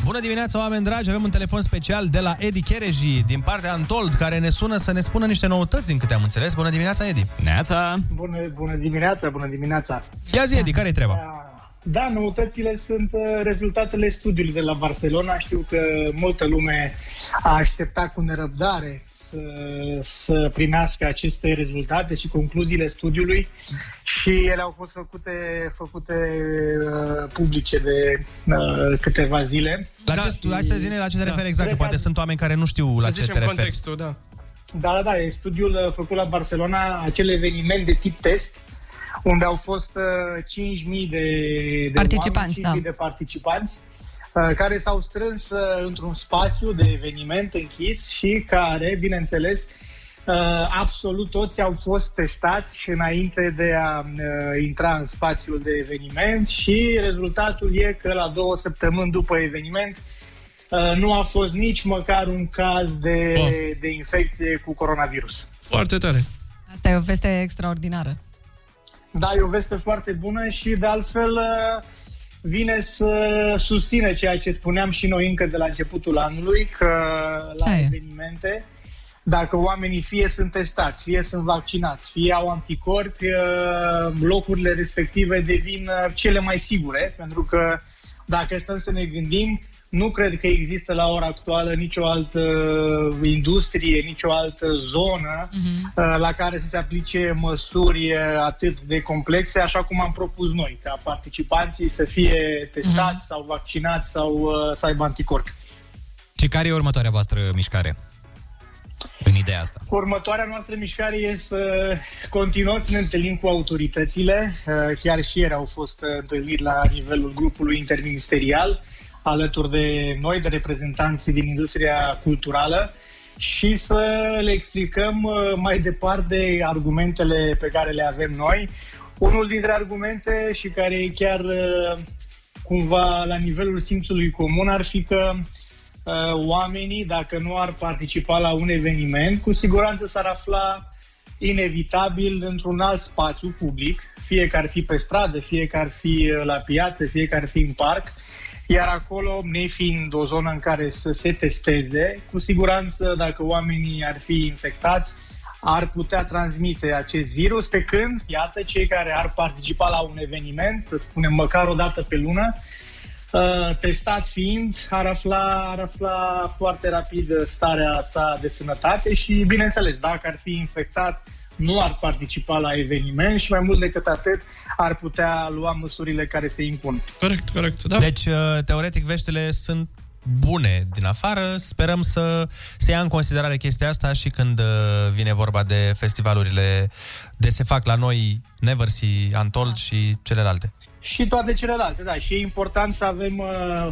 Bună dimineața, oameni dragi! Avem un telefon special de la Edi Chereji, din partea Antold, care ne sună să ne spună niște noutăți, din câte am înțeles. Bună dimineața, Edi! Neața! Bună, bună dimineața, bună dimineața! Ia zi, Edi, care-i treaba? Da, noutățile sunt uh, rezultatele studiului de la Barcelona. Știu că multă lume a așteptat cu nerăbdare să, să primească aceste rezultate și concluziile studiului și ele au fost făcute, făcute uh, publice de uh, câteva zile. La da, ce, stu- hai să zine la ce te referi exact, că poate sunt oameni care nu știu la ce te referi. da. Da, da, da, e studiul uh, făcut la Barcelona, acel eveniment de tip test, unde au fost uh, 5.000 de, de Participanți, oameni, 5.000 da. de participanți, uh, care s-au strâns uh, într-un spațiu de eveniment închis și care, bineînțeles, uh, absolut toți au fost testați înainte de a uh, intra în spațiul de eveniment și rezultatul e că la două săptămâni după eveniment uh, nu a fost nici măcar un caz de, de infecție cu coronavirus. Foarte tare. Asta e o veste extraordinară. Da, e o veste foarte bună și de altfel uh, vine să susține ceea ce spuneam și noi încă de la începutul anului, că la Așa e. evenimente, dacă oamenii fie sunt testați, fie sunt vaccinați, fie au anticorpi, uh, locurile respective devin uh, cele mai sigure, pentru că dacă stăm să ne gândim, nu cred că există la ora actuală nicio altă eh, industrie, nicio altă zonă uh-huh. la care să se aplice măsuri uh, atât de complexe, așa cum am propus noi, ca participanții să fie testați uh-huh. sau vaccinați sau uh, să aibă anticorpi. Și care e următoarea voastră mișcare? În ideea asta. Următoarea noastră mișcare e să continuăm să ne întâlnim cu autoritățile. Uh, Chiar și ieri au fost uh, întâlniri la nivelul grupului interministerial, alături de noi, de reprezentanții din industria culturală și să le explicăm uh, mai departe argumentele pe care le avem noi. Unul dintre argumente și care e chiar uh, cumva la nivelul simțului comun ar fi că uh, oamenii, dacă nu ar participa la un eveniment, cu siguranță s-ar afla inevitabil într-un alt spațiu public, fie că ar fi pe stradă, fie că ar fi uh, la piață, fie că ar fi în parc, iar acolo, nefiind o zonă în care să se testeze, cu siguranță dacă oamenii ar fi infectați, ar putea transmite acest virus, pe când, iată, cei care ar participa la un eveniment, să spunem măcar o dată pe lună, Uh, testat fiind, ar afla, ar afla foarte rapid starea sa de sănătate și, bineînțeles, dacă ar fi infectat, nu ar participa la eveniment și mai mult decât atât ar putea lua măsurile care se impun. Corect, corect, da. Deci, uh, teoretic, veștile sunt bune din afară. Sperăm să se ia în considerare chestia asta și când uh, vine vorba de festivalurile de se fac la noi Never See Da. Antold și celelalte. și toate celelalte, da. Și e important să avem, uh,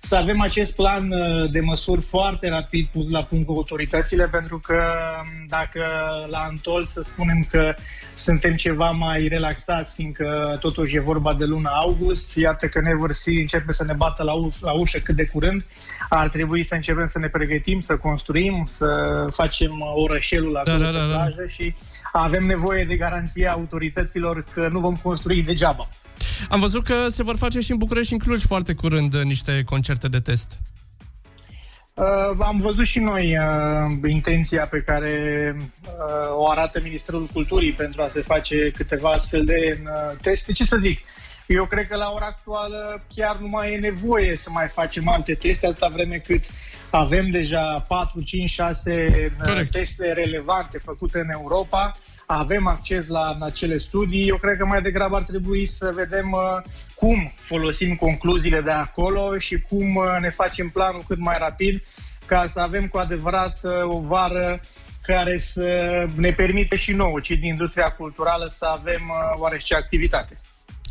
să avem acest plan uh, de măsuri foarte rapid pus la punct cu autoritățile, pentru că um, dacă la Antol să spunem că suntem ceva mai relaxați, fiindcă totuși e vorba de luna august, iată că Never See începe să ne bată la, u- la ușă cât de curând, ar trebui să începem să ne pregătim, să construim, să facem uh, orășelul acolo da, da, da, da. plajă și avem nevoie de garanția autorităților că nu vom construi degeaba. Am văzut că se vor face și în București și în Cluj foarte curând uh, niște concerte de test. Uh, am văzut și noi uh, intenția pe care uh, o arată Ministerul Culturii pentru a se face câteva astfel de uh, teste. Ce să zic? Eu cred că la ora actuală chiar nu mai e nevoie să mai facem alte teste, atâta vreme cât avem deja 4, 5, 6 Corect. uh, teste relevante făcute în Europa, avem acces la acele studii. Eu cred că mai degrabă ar trebui să vedem uh, cum folosim concluziile de acolo și cum uh, ne facem planul cât mai rapid ca să avem cu adevărat uh, o vară care să ne permită și nouă, cei din industria culturală, să avem uh, oarește activitate.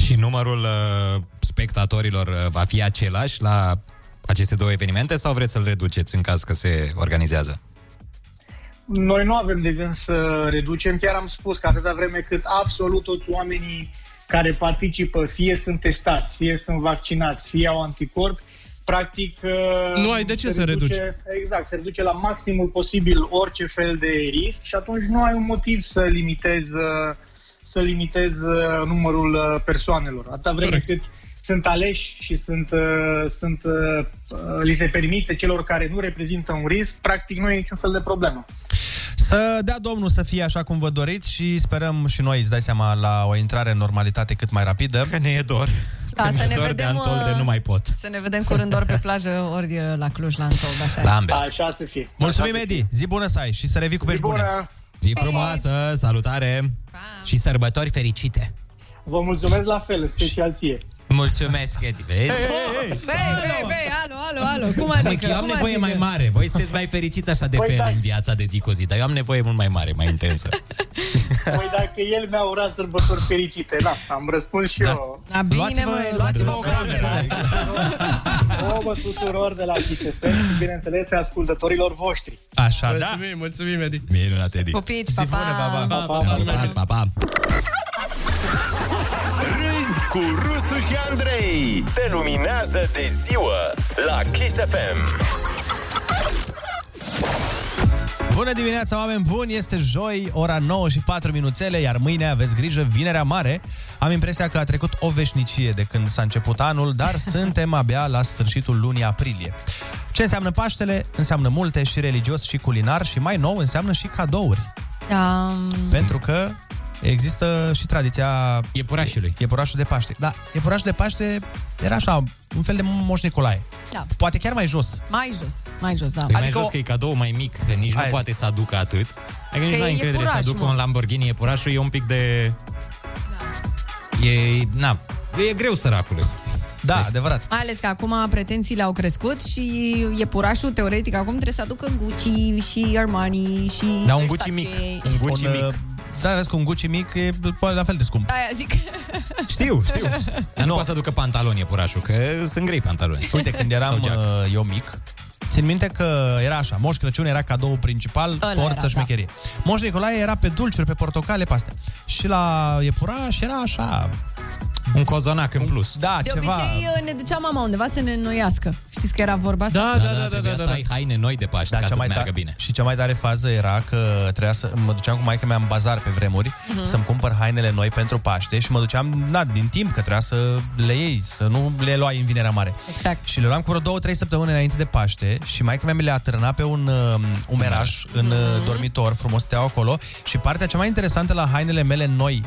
Și numărul uh, spectatorilor uh, va fi același la aceste două evenimente sau vreți să-l reduceți în caz că se organizează? Noi nu avem de gând să reducem, chiar am spus că atâta vreme cât absolut toți oamenii care participă, fie sunt testați, fie sunt vaccinați, fie au anticorp, practic... uh, Nu ai de ce se să reduci. Exact, se reduce la maximul posibil orice fel de risc și atunci nu ai un motiv să limitezi, uh, să limitezi uh, numărul uh, persoanelor. Atâta vreme Correct. cât sunt aleși și sunt, uh, sunt, uh, li se permite celor care nu reprezintă un risc, practic nu e niciun fel de problemă. Să dea Domnul să fie așa cum vă doriți și sperăm și noi, îți dai seama, la o intrare în normalitate cât mai rapidă. Că ne e dor. Da, Că să mi-e ne dor vedem, uh, de Antol de nu mai pot. Să ne vedem curând ori pe plajă, ori uh, la Cluj, la Antol, așa. La ambele. Da. Așa să fie. Mulțumim, Edi. Zi bună să ai și să revii cu vești bune. Zi frumoasă, salutare și sărbători fericite! Vă mulțumesc la fel, în special ție. Mulțumesc, Edi. Vezi? Băi, băi, băi, alo, alo, alo, cum adică? Adică eu am cum nevoie adică? mai mare. Voi sunteți mai fericiți așa de Păi fel da. în viața de zi cu zi, dar eu am nevoie mult mai mare, mai intensă. Păi dacă el mi-a urat sărbători fericite, da, am răspuns și da. eu. Da, bine, Luați-vă- mă, luați-vă o cameră. Vouă tuturor de la KTP și, bineînțeles, ascultătorilor voștri. Așa, da. Mulțumim, mulțumim, Edi. Minunat, Edi. Pupici, pa, pa. Pa, pa, pa, pa. Râzi cu Rusu și Andrei. Te luminează de ziua la Kiss FM. Bună dimineața, oameni buni! Este joi, ora 9 și 4 minuțele, iar mâine aveți grijă, vinerea mare. Am impresia că a trecut o veșnicie de când s-a început anul, dar suntem abia la sfârșitul lunii aprilie. Ce înseamnă Paștele? Înseamnă multe și religios și culinar și mai nou înseamnă și cadouri. Da. Pentru că există și tradiția... Iepurașului. Iepurașul de Paște. Da, iepurașul de Paște era așa, un fel de Moș Nicolae. Da. Poate chiar mai jos. Mai jos, mai jos, da. Adică mai jos că e cadou mai mic, că nici nu poate să aducă atât. Adică nici Că nu ai e încredere să iepuraș, aducă mă. un Lamborghini iepurașul, e un pic de... Da. E, na, e greu săracului. Da, adevărat. Mai ales că acum pretențiile au crescut și iepurașul, teoretic, acum trebuie să aducă Gucci și Armani și... Da, un Gucci Versace. mic. uh, Da, vezi, cu un Gucci mic e poate la fel de scump. Aia zic. Știu, știu. Dar nu, poate să aducă pantaloni iepurașul, că sunt grei pantaloni. Uite, când eram uh, eu mic, țin minte că era așa, Moș Crăciun era cadoul principal, Ăla forță era, și șmecherie. Moș Nicolae era pe dulciuri, pe portocale, pe astea. Și la iepuraș era așa... Un cozonac în plus. Da, De ceva... obicei uh, ne ducea mama undeva să ne înnoiască. Știți că era vorba asta? Da, trebuia Da, să ai haine noi de Paște ca cea să-ți mai meargă ta- bine. Și cea mai tare fază era că trebuia să mă duceam cu maica mea în bazar pe vremuri Mhm. să-mi cumpăr hainele noi pentru Paște și mă duceam na, din timp că trebuia să le iei, să nu le luai în vinerea mare. Exact. Și le luam cu vreo două, trei săptămâni înainte de Paște și maica mea mi le atârna pe un um, umeraș în Mhm. uh, dormitor, frumos steau acolo și partea cea mai interesantă la hainele mele noi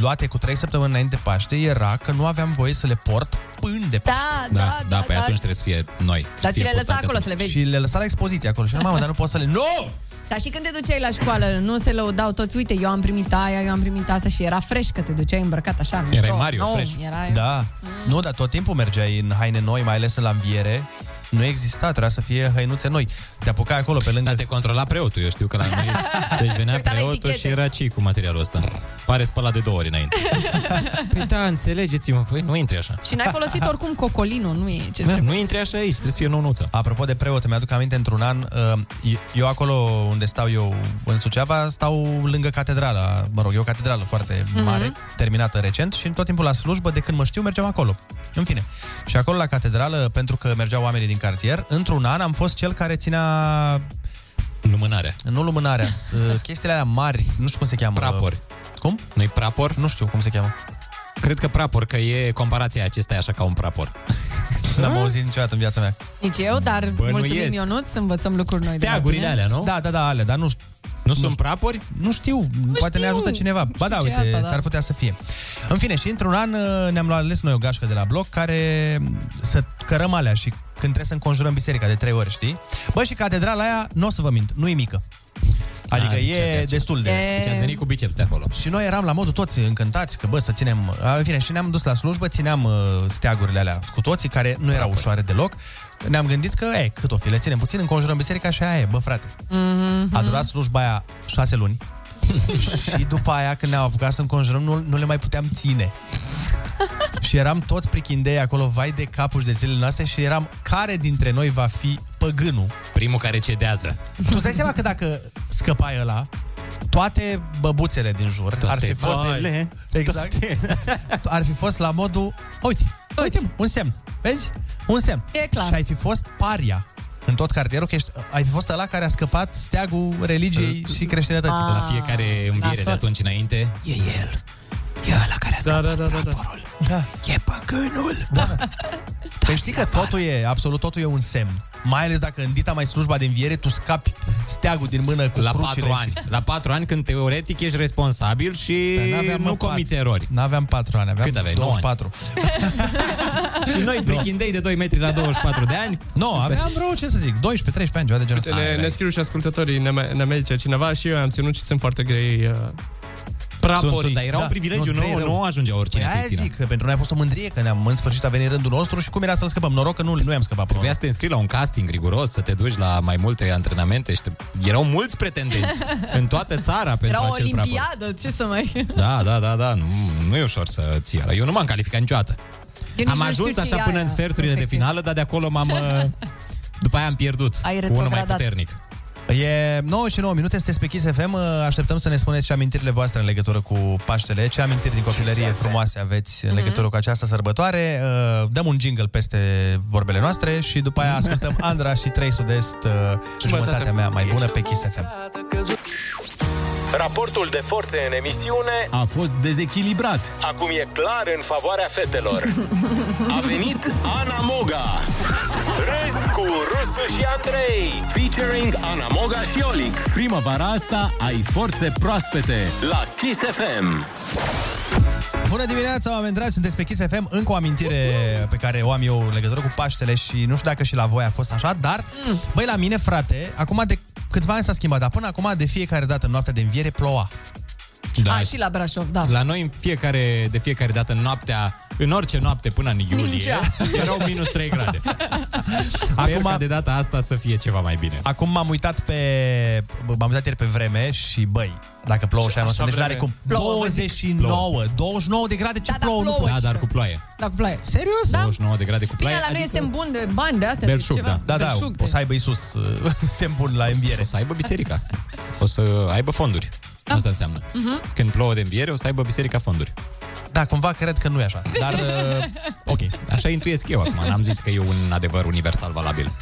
luate cu trei săptămâni înainte de Paște era că nu aveam voie să le port până de Paște. Da, da, da, da, păi da. atunci trebuie să fie noi. Dar ți le lăsa acolo să le vezi. Și le lăsa la expoziție acolo. Și eram, mamă, dar nu pot să le... Nu! Dar și când te duceai la școală, nu se lăudau toți, uite, eu am primit aia, eu am primit asta și era fresh că te duceai îmbrăcat așa, mișto. nou, Era Da. Mm. Nu, dar tot timpul mergeai în haine noi, mai ales în la înviere. Nu exista, trebuia să fie hăinuțe noi. Te apucai acolo pe lângă... Dar te controla preotul, eu știu că la noi... Deci venea preotul și era ci cu materialul ăsta. Pare spălat de două ori înainte. Păi da, înțelegeți-mă, păi nu intri așa. Și n-ai folosit oricum cocolinul, nu e ce Da, trebuie. Nu intri așa aici, trebuie să fie nounuță. Apropo de preot, mi-aduc aminte într-un an, uh, eu acolo unde stau eu în Suceava, stau lângă catedrala, mă rog, e o catedrală foarte Mhm. mare, terminată recent și tot timpul la slujbă, de când mă știu, mergeam acolo. În fine. Și acolo la catedrală, pentru că mergeau oamenii din cartier, într-un an am fost cel care ținea Lumânarea. Nu lumânarea, s- uh, chestiile alea mari, nu știu cum se cheamă. Prapori. Cum? Nu-i prapor? Nu știu cum se cheamă. Cred că prapor, că e comparația acesta e așa ca un prapor. N-am auzit niciodată în viața mea. Nici eu, dar Bă, nu mulțumim ies. Ionuț, învățăm lucruri noi de la tine. Da, da, da, alea, dar nu... Nu, sunt prapori? Nu știu, poate ne ajută cineva. Ba da, ce e uite, asta, da. s-ar putea să fie. În fine, și într-un an uh, ne-am luat ales noi o gașcă de la bloc care mm, să cărăm alea și când trebuie să înconjurăm biserica de trei ori, știi? Bă, și catedrala aia, nu o să vă mint, nu e mică. Adică e biceps. destul de... E- Deci ați venit cu biceps de acolo. Și noi eram la modul toți încântați că, bă, să ținem... A, În fine, și ne-am dus la slujbă, țineam uh, steagurile alea cu toții, care nu erau ușoare deloc. Ne-am gândit că, e, cât o fi, le ținem puțin, înconjurăm biserica și aia e, bă, frate. Mhm. A durat slujba aia șase luni. și după aia, când ne-am apucat să înconjurăm, nu, nu le mai puteam ține. și eram toți prichindei acolo, vai de capul de zilele noastre și eram, care dintre noi va fi păgânul? Primul care cedează. Tu îți dai seama că dacă scăpai ăla, toate băbuțele din jur toate ar fi fost... băile, exact. Toate. Ar fi fost la modul, uite, uite, un semn, vezi? Un semn. E clar. Și ai fi fost paria în tot cartierul, că ești, ai fi fost ăla care a scăpat steagul religiei și creștinătății. Ah, La fiecare înviere da. de atunci înainte. E el. E ăla care a scăpat da, da, da, da, da. Da. E păgânul. Da. Păi știi că totul e, absolut totul e un semn. Mai ales dacă în dita mai slujba de înviere, tu scapi steagul din mână cu La crucile patru și- ani. La patru ani când teoretic ești responsabil și Dar n-aveam, mă, nu comiți patru. erori. N-aveam 4 ani, aveam Cât aveai? 24. Și noi Da. prichindei de 2 metri la 24 de ani. Nu, no, aveam vreo, ce să zic, 12-13 ani, ceva de genul Uite, ăsta. ne, ne scriu și ascultătorii, ne, mai- ne mai zice cineva și eu am ținut și sunt foarte grei uh, praporii. Sunt, da, sunt, dar era un privilegiu nu-ți nou, grei da. rău. nu ajungea oricine păi să-i aia țină. zic, că pentru noi a fost o mândrie că ne-am în sfârșit a venit rândul nostru și cum era să-l scăpăm. Noroc că nu, nu am scăpat. Trebuia să te înscrii la un casting riguros, să te duci la mai multe antrenamente. Și te... Erau mulți pretendenți în toată țara pentru Era o acel prapor. olimpiadă, ce să mai... Da, da, da, da, nu, nu e ușor să ții ala. Eu nu m-am calificat niciodată. nici am nu știu ajuns ce așa e până aia, în sferturile de finală, dar de acolo m-am... uh, După aia am pierdut Ai cu unul mai retrogradat. puternic. E 9 și 9 minute, sunteți pe Kiss FM, așteptăm să ne spuneți și amintirile voastre în legătură cu Paștele, ce amintiri din copilărie frumoase aveți în legătură cu această sărbătoare. Uh, Dăm un jingle peste vorbele noastre și după aia ascultăm Andra și 3 Sud-Est, uh, jumătatea mea mai bună pe Kiss FM. Raportul de forțe în emisiune A fost dezechilibrat. acum e clar în favoarea fetelor. A venit Ana Moga. Râzi cu Rusu și Andrei, featuring Ana Moga și Olix Primăvara asta ai forțe proaspete. la Kiss FM. Bună dimineața, oameni dragi, sunteți pe Kiss FM Încă o amintire pe care o am eu în legătură cu Paștele Și nu știu dacă și la voi a fost așa Dar, băi, la mine, frate, acum de câțiva ani s-a schimbat Dar până acum, de fiecare dată, în noaptea de înviere, ploua Da. A, și la Brașov, da. La noi în fiecare, de fiecare dată noaptea, în orice noapte până în iulie, Ningea. erau minus 3 grade. Sper Acum... ca de data asta să fie ceva mai bine. Acum m-am uitat pe... bă, M-am uitat ieri pe vreme și, băi, dacă plouă și anul ăsta, așa deci n-are vreme. cum. Plouă, vă zic. 29, 29 de grade, ce Da, da, plouă, nu plouă, plouă. Da, dar cu ploaie. Da, cu plaie. Serios? Da. 29 de grade cu Bine, ploaie. la noi adică... semn bun de bani de astea, Belșug, de ceva. da. Da, da, Belșug, o să aibă Iisus uh, semn bun la înviere. O să aibă biserica. O să aibă fonduri. Asta înseamnă. Mhm. Când plouă de înviere, o să aibă biserica fonduri. Da, cumva cred că nu e așa. Dar, uh, ok. Așa intuiesc eu acum. N-am zis că e un adevăr universal valabil.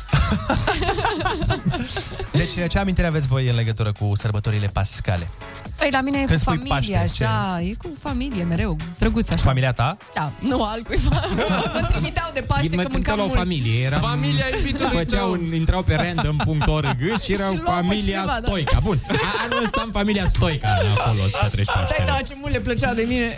Deci, ce amintire aveți voi în legătură cu sărbătorile pascale? Păi la mine e Când cu spui familie, Paște, ce- așa, e cu familie mereu, drăguț așa. Familia ta? Da, nu al cuiva. Mă trimiteau de Paște mă că trimitea mâncam la o mult. familie. Eram, Familia iubitului făceau, tău. un, intrau pe random.org și erau Și luau pe familia cineva, da. Stoica. Bun, a, anul ăsta am familia Stoica da, acolo, îți petreci Dai Paștele. seama ce mult le plăcea de mine.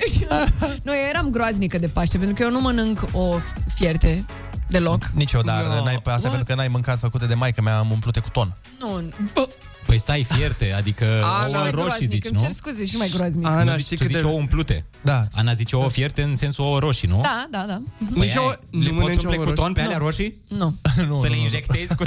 nu, eu eram groaznică de Paște, pentru că eu nu mănânc o fierte deloc. Nici eu, dar no. n-ai, asta pentru că n-ai mâncat făcute de maică mea, am umplute cu ton. Nu, bă, Păi stai fierte, adică și ouă roșii mai groaznic, zici, îmi nu? cer scuze, și mai groaznic. Ana, nu zici, tu zici ouă umplute. Da. Ana zice ouă fierte în sensul ouă roșii, nu? Da, da, da. Păi aia, le poți umple cu ton pe alea roșii? Nu. Nu, Să le injectezi cu...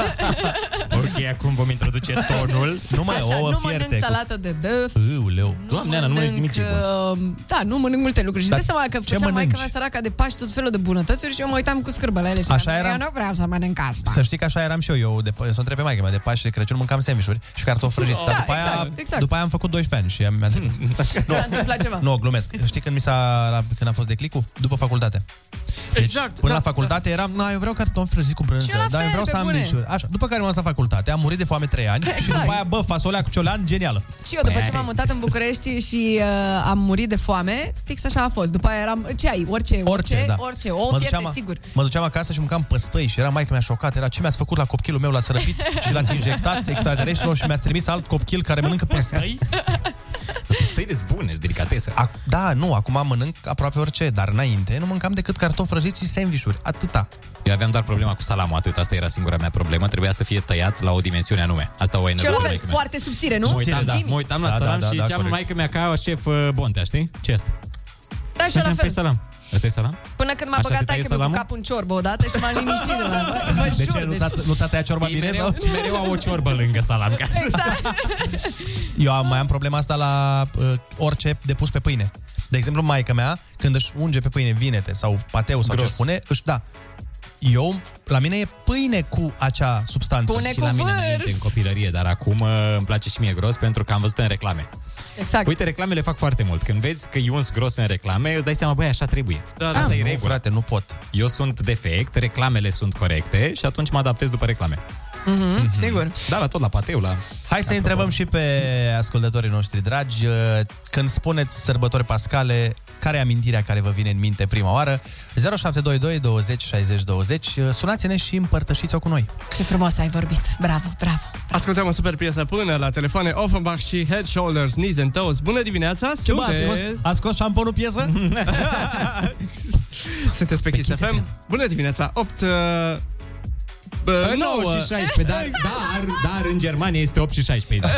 ok, acum vom introduce tonul. Nu mai Așa, nu mănânc salată de dăf, Leu. Doamne, Ana, nu mănânci nimic ce e bun. uh, da, nu mănânc multe lucruri. Și Dar de seama că ce făcea mai mănânci? mea săraca de Paști tot felul de bunătățuri și eu mă uitam cu scârbălele și Așa ziceam, era? Eu nu vreau să mănânc asta. Să știi că așa eram și eu, eu de, să întreb pe maică mea, de Paști și de Crăciun mâncam sandvișuri și cartofi prăjiți. Da, dar după, aia, exact, exact. după aia am făcut 12 ani și am, mi-a nu, S-a întâmplat ceva. nu, glumesc. Știi când mi s-a, la, când a fost declicul? După facultate. Deci, exact, până da, la facultate da. eram, na, eu vreau cartofi prăjiți cu Și eu brânză, la dar fel, eu vreau pe să am bune." mișuri. Așa, după care m-am dus la facultate, am murit de foame 3 ani și Exact. după aia, bă, fasolea cu ciolan, genială. Și eu, după Păi, ce m-am mutat în București și uh, am murit de foame, fix așa a fost. După aia eram, uh, ce ai, orice, orice, orice, da. orice o fierte, a- sigur. Mă duceam acasă și mâncam păstăi și era maica mea șocată. Era ce mi-ați făcut la copchilul meu, l-ați răpit uh, Păi și l-ați injectat extraterestrilor și mi-ați trimis alt copchil care mănâncă păstăi. Tăieți bune, delicatese. Ac- da, nu, acum mănânc aproape orice, dar înainte nu mâncam decât cartofi prăjiți și sandvișuri. Atâta. Eu aveam doar problema cu salamul atât, asta era singura mea problemă, trebuia să fie tăiat la o dimensiune anume. Asta o Și la enervă fel, foarte subțire, nu? Mă uitam, da, Zimi. mă uitam la Da, da, salam da, și da, ziceam corect. mai că mea ca șef uh, Bontea, știi? Ce asta? Da, și la Păi fel. salam. Asta e salam? Până când m-a Așa se taie băgat taică cu salamul? capul în ciorbă odată și m-am liniștit. de la- Bă, Vă De jur, ce? Nu deci- ți-a- Nu ți-a tăiat ciorba bine? Mereu, mereu au o ciorbă lângă salam. Ca Exact. Eu am, mai am problema asta la uh, orice depus pe pâine. De exemplu, maica mea, când își unge pe pâine vinete sau pateu sau Gros. ce spune, își da. Eu, la mine e pâine cu acea substanță. și la mine înainte, în copilărie, dar acum uh, îmi place și mie gros pentru că am văzut în reclame. Exact. Uite, reclamele fac foarte mult. Când vezi că e uns gros în reclame, îți dai seama, băi, așa trebuie. Da, Asta da. e Nu, regulă. frate, nu pot. Eu sunt defect, reclamele sunt corecte și atunci mă adaptez după reclame. Mhm, Sigur. Da, la tot, la pateu, la... Hai să întrebăm și pe ascultătorii noștri dragi, uh, când spuneți sărbători pascale, care e amintirea care vă vine în minte prima oară? 0722 20 60 20. Uh, Sunați-ne și împărtășiți-o cu noi. Ce frumos ai vorbit. Bravo, bravo. Ascultăm o super piesă până la telefoane Offenbach și Head Shoulders Knees and Toes. Bună dimineața! Sunteți, a scos șamponul piesă? sunteți pe Kiss FM. Bună dimineața! uh, 8 Bă, 9 și 16, dar, dar, dar în Germania este 8 și 16.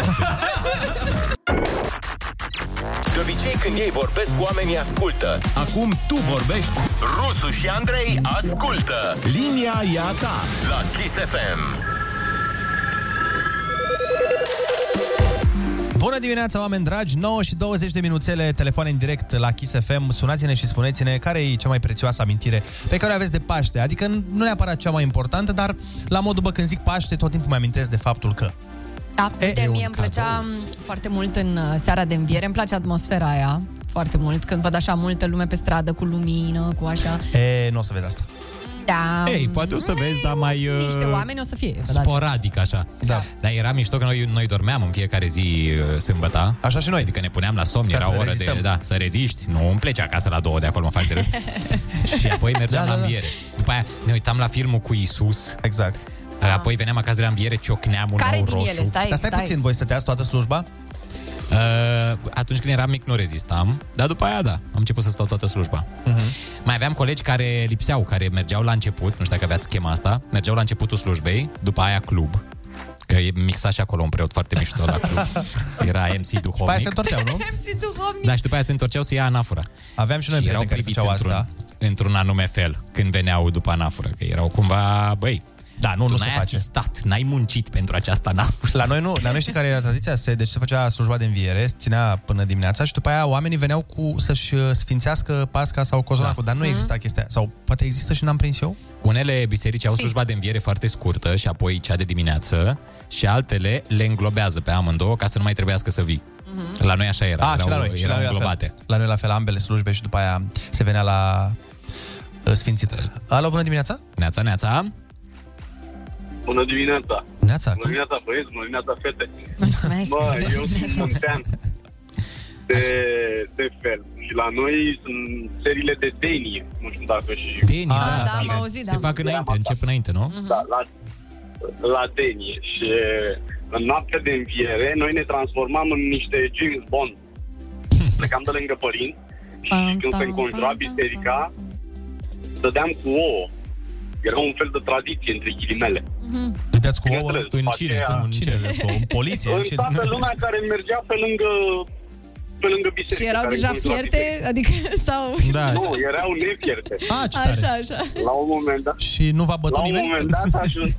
De obicei când ei vorbesc, oamenii ascultă. Acum tu vorbești. Rusu și Andrei ascultă. Linia e a ta. La Kiss FM. Bună dimineața, oameni dragi! 9 și 20 de minuțele, telefoane în direct la Kiss FM. Sunați-ne și spuneți-ne care e cea mai prețioasă amintire pe care o aveți de Paște. Adică nu neapărat cea mai importantă, dar la modul, bă, când zic Paște, tot timpul mi-amintesc de faptul că... Da, E, e, de e un mie îmi plăcea foarte mult în uh, seara de înviere, îmi place atmosfera aia foarte mult, când văd așa multă lume pe stradă, cu lumină, cu așa. E, nu o să vezi asta. Da. Ei, poate o să vezi, dar mai... uh, Niște oameni o să fie. vă dați sporadic așa. Da. Dar era mișto că noi, noi dormeam în fiecare zi uh, sâmbătă. Așa și noi. Adică ne puneam la somn, era să o oră rezistăm. de... Da, să reziști. Nu îmi plece acasă la două, de acolo mă fac de râs. și apoi mergeam Da, da, da, la da. înviere. După aia ne uitam la filmul cu Isus. Exact. Apoi veneam acasă de la înviere, ciocneam un Ah. Care ou din roșu. ele? Stai, Dar stai stai. puțin, voi stăteați toată slujba? Uh, atunci când eram mic nu rezistam, dar după aia da, am început să stau toată slujba. Mhm. Uh-huh. Mai aveam colegi care lipseau, care mergeau la început, nu știu dacă aveați schema asta, mergeau la începutul slujbei, după aia club, că e mixat și acolo un preot foarte mișto la club. Era MC După aia duhovnic. se întorceau, nu? MC Duhovnic. Da, și după aia se întorceau să ia anafora. Aveam și noi și erau prieteni care priviți făceau într-un, asta. într-un anume fel când veneau după anafora, că erau cumva, băi, da, nu, tu nu se n-ai face. asistat, n-ai muncit pentru această anafora. La noi nu, la noi știi care era tradiția? Se, deci se făcea slujba de înviere, se ținea până dimineața și după aia oamenii veneau cu să-și uh, sfințească pasca sau cozonacul, da. dar nu exista chestia aia. Sau poate există și n-am prins eu? Unele biserici au slujba de înviere foarte scurtă și apoi cea de dimineață și altele le înglobează pe amândouă ca să nu mai trebuiască să vii. Mhm. La noi așa era, erau, A, Ah, și la noi, și la erau noi la înglobate. fel. La noi la fel, ambele slujbe și după aia se venea la uh, sfințită. Alo, bună dimineața! Neața, neața! Bună dimineața! Neața! Bună dimineața, băieți, bună dimineața, fete! Mulțumesc! Bă, eu sunt muntean de, de fel. Și la noi sunt serile de denie. Nu știu dacă și... Denie, Ah, da, da, am auzit, Se da. fac înainte, încep înainte, nu? Da, la, la denie. Și în noaptea de înviere, noi ne transformam în niște James Bond. Plecam de lângă părinți și când se înconjura biserica, dădeam cu ouă. Era un fel de tradiție, între ghilimele. Dădeați cu ouă? Bineînțeles, În după cine? aceea- Sau în cine? În poliție? În În cine? toată lumea care mergea pe lângă pe lângă biserică. Și erau care deja controla fierte, adică, sau... biserica. Nu, erau nefierte. A, ce tare. Așa, așa. La un moment dat... Și nu va bătut La un nimeni? moment dat ajuns...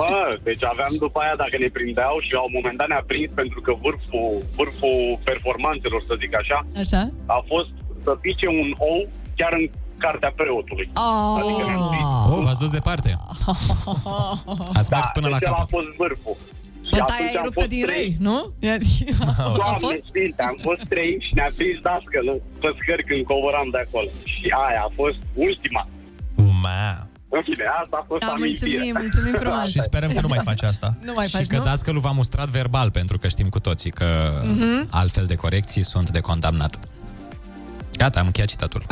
Bă, deci aveam după aia dacă ne prindeau și la un moment dat ne-a prins pentru că vârful, vârful performanțelor, să zic așa, Așa? a fost să pice un ou chiar în cartea preotului. Oh. Adică Oh, v-ați dus departe. Ați mers până la Deci ăla capăt. a fost vârful. Și Ah. Bătaia atunci e am ruptă fost din trei. rei, nu? Ah, A Doamne fost? sfinte, am fost trei și ne-a prins dascălă pe scări când covoram de acolo. Și aia a fost ultima. Ma. În fine, asta a fost Da, amintire. mulțumim, mulțumim frumos. Și sperăm că nu mai faci asta. Nu mai faci, și că nu? dați că l-a mustrat verbal, pentru că știm cu toții că Mhm. altfel de corecții sunt de condamnat. Gata, am încheiat citatul.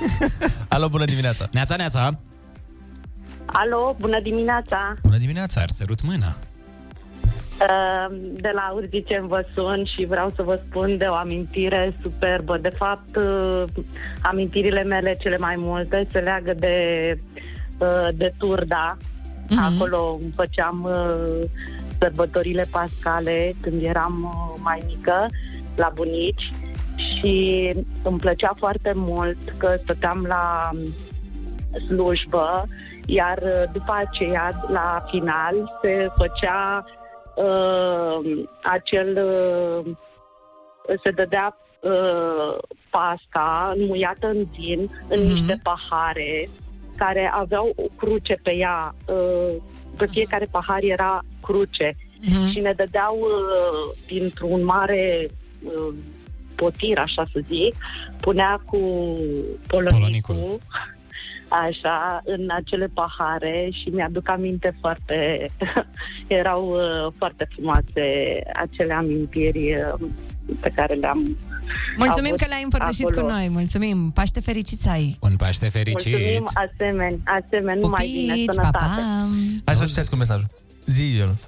Alo, bună dimineața! Neața, neața! Alo, bună dimineața! Bună dimineața! Ar sărut mâna. Uh, De la Urzicem vă sun și vreau să vă spun de o amintire superbă. De fapt, uh, amintirile mele cele mai multe se leagă de, uh, de Turda. Acolo îmi făceam uh, sărbătorile pascale când eram uh, mai mică la bunici și îmi plăcea foarte mult că stăteam la slujbă, iar uh, după aceea, la final, se făcea uh, acel uh, se dădea uh, pasta înmuiată în vin în mm-hmm. niște pahare care aveau o cruce pe ea. Uh, pe fiecare pahar era cruce mm-hmm. și ne dădeau uh, dintr-un mare uh, potir, așa să zic, punea cu polonicul, polonicul. așa, în acele pahare și mi-aduc aminte foarte, erau uh, foarte frumoase acele amintiri uh, pe care le-am Mulțumim avut că le-ai împărtășit acolo. cu noi, mulțumim. Paște fericiți ai! Un Paște fericit! Mulțumim, asemen, asemen, numai bine, Pupici, sănătate. Hai să citesc un mesaj. Zi, Ionut.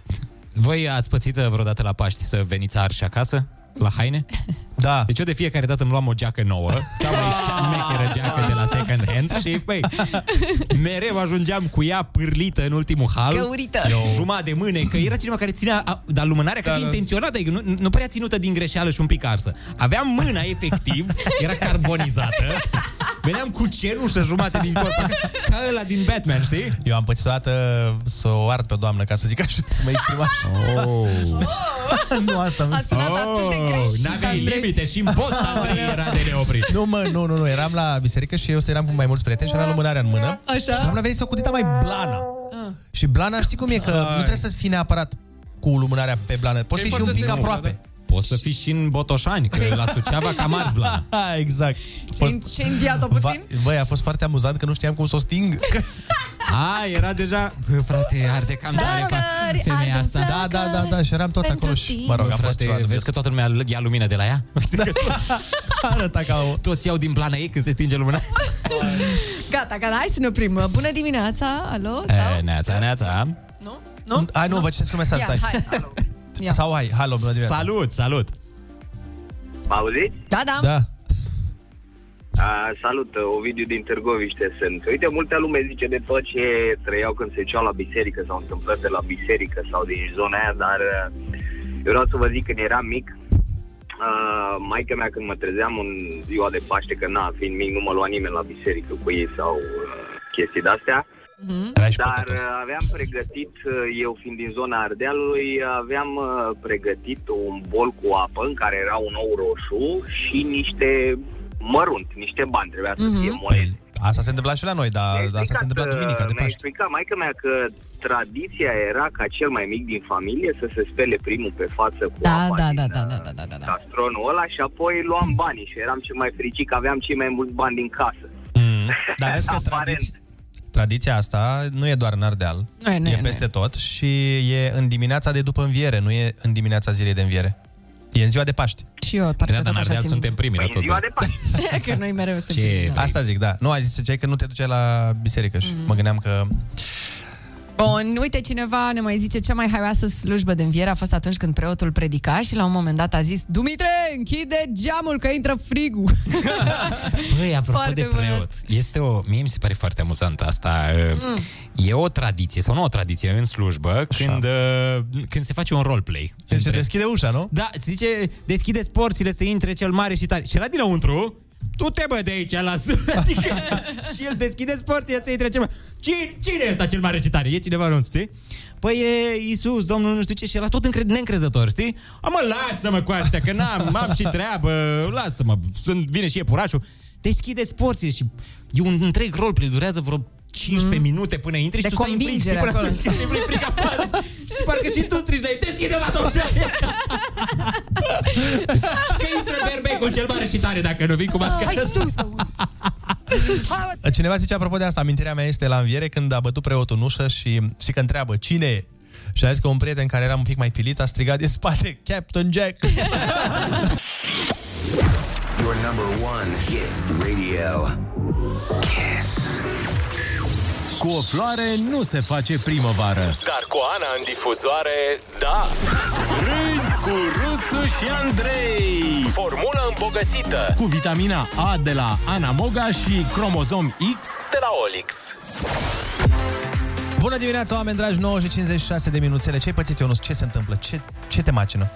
Voi ați pățit uh, vreodată la Paști să veniți arși acasă? La haine? Da. Deci eu de fiecare dată îmi luam o geacă nouă, cea mai șmecheră geacă de la second hand și, băi, mereu ajungeam cu ea pârlită în ultimul hal. Căurită. Eu... Jumătate de mâne, că era cineva care ținea, a, dar lumânarea da, Da, că da. intenționată, adică nu, nu prea ținută din greșeală și un pic arsă. Aveam mâna, efectiv, era carbonizată, veneam cu cenușă jumate din corp, ca, ca ăla din Batman, știi? Eu am pățit odată să o ard pe o doamnă, ca să zic așa, să mă exprim așa. Oh. nu asta mi A sunat atât de greșit, Oh, N-aveai Andrei. limite și în post, Andrei, era de neoprit. Nu, mă, nu, nu, nu, eram la biserică și eu eram cu mai mulți prieteni și aveam lumânarea în mână. Așa. Și doamna a venit să o cutita mai Ah. blana. Și blana, știi cum e, că nu trebuie să fii neapărat cu lumânarea pe blană. Poți E fi și un foarte pic simplu, da, aproape. Poți să fii și în Botoșani, că la Suceava cam ars blana. exact. Ce indiat-o puțin? Băi, a fost foarte amuzant că nu știam cum să o sting. A, era deja... Frate, arde cam tare fa- femeia asta. Da, da, da, da, și eram tot acolo și, mă rog, a fost ceva. Da. frate, vezi că toată lumea ia lumină de la ea? Arăta ca o... Toți iau din blana ei când se stinge lumina. Gata, gata, hai să ne oprim. Bună dimineața, alo? Eh. E, Neața, neața. Nu? Hai, nu, vă citesc un mesaj, Ia, stai. hai, Sau hai, halo, bună dimineața. Salut, salut. Mă auziți? Da, da. Da. A, salut, Ovidiu din Târgoviște sunt. Uite, multă lume zice de tot ce trăiau când se duceau la biserică sau întâmplări de la biserică sau din zona aia, dar uh, eu vreau să vă zic când eram mic, uh, maica mea când mă trezeam în ziua de Paște, că na, fiind mic, nu mă lua nimeni la biserică cu ei sau uh, chestii de-astea, dar uh, aveam pregătit, uh, eu fiind din zona Ardealului, aveam uh, pregătit un bol cu apă în care era un ou roșu și niște mărunt, niște bani, trebuia să fie Mhm. monede. Asta se întâmpla și la noi, dar Exact. asta se întâmpla Păi, duminica de Mi-a Paște. explicat maica mea că tradiția era ca cel mai mic din familie să se spele primul pe față cu Da, da, da, da, da, da, da, da, da. castronul ăla și apoi luam banii și eram cel mai fericit că aveam cei mai mulți bani din casă. Mhm. Dar vezi că tradiț- tradiția asta nu e doar în Ardeal, Nu e, nu e, e nu peste tot și e în dimineața de după înviere, nu e în dimineața zilei de înviere. E în ziua de Paști. Și eu, parcă în Ardeal suntem primii la Păi, tot. Că noi mereu suntem primii. Mm. Asta zic, da. Nu, ai zis ce că nu te duceai la biserică și mă gândeam că... Bun, uite cineva ne mai zice cea mai haioasă slujbă de înviere a fost atunci când preotul predica și la un moment dat a zis Dumitre, închide geamul că intră frigul. Băi, apropo Foarte de preot, bună. este o, mie mi se pare foarte amuzant asta. Mm. E o tradiție, sau nu o tradiție, în slujbă, când, uh, când se face un roleplay. Deci între... deschide ușa, nu? Da, zice, deschideți porțile să intre cel mare și tare. Și la dinăuntru, tu te bă de aici, lasă. Adică, și el deschide porțile să intre cel mare. Cine, cine e ăsta cel mare și tare? E cineva nu, știi? Păi e Iisus, Domnul, nu știu ce, și el a tot încred- neîncrezător, știi? A, mă, lasă-mă cu astea, că n-am, am și treabă, lasă-mă, sunt, vine și iepurașul. Deschideți porțile și e un întreg roleplay, durează vreo 15 Mm-hmm. mm. minute până intri și De tu stai în plin, știi, până convingere atunci când e frica afară. Și parcă și tu strigi, dai, deschide-mă atunci! Că intră berbecul cel mare și tare dacă nu vin cu mascară. Cineva zice, apropo de asta, amintirea mea este la înviere când a bătut preotul în ușă și, și că întreabă, cine e? Și a zis că un prieten care era un pic mai pilit a strigat din spate, Captain Jack! Your number one hit radio. Kiss. Cu o floare nu se face primăvară. Dar cu Ana în difuzoare, da Râzi cu Rusu și Andrei Formula îmbogățită Cu vitamina A de la Anamoga și cromozom X de la Olix Bună dimineața, oameni dragi, 9 și 56 de minuțele. Ce ai pățit, Ionus? Ce se întâmplă? Ce, ce te macină?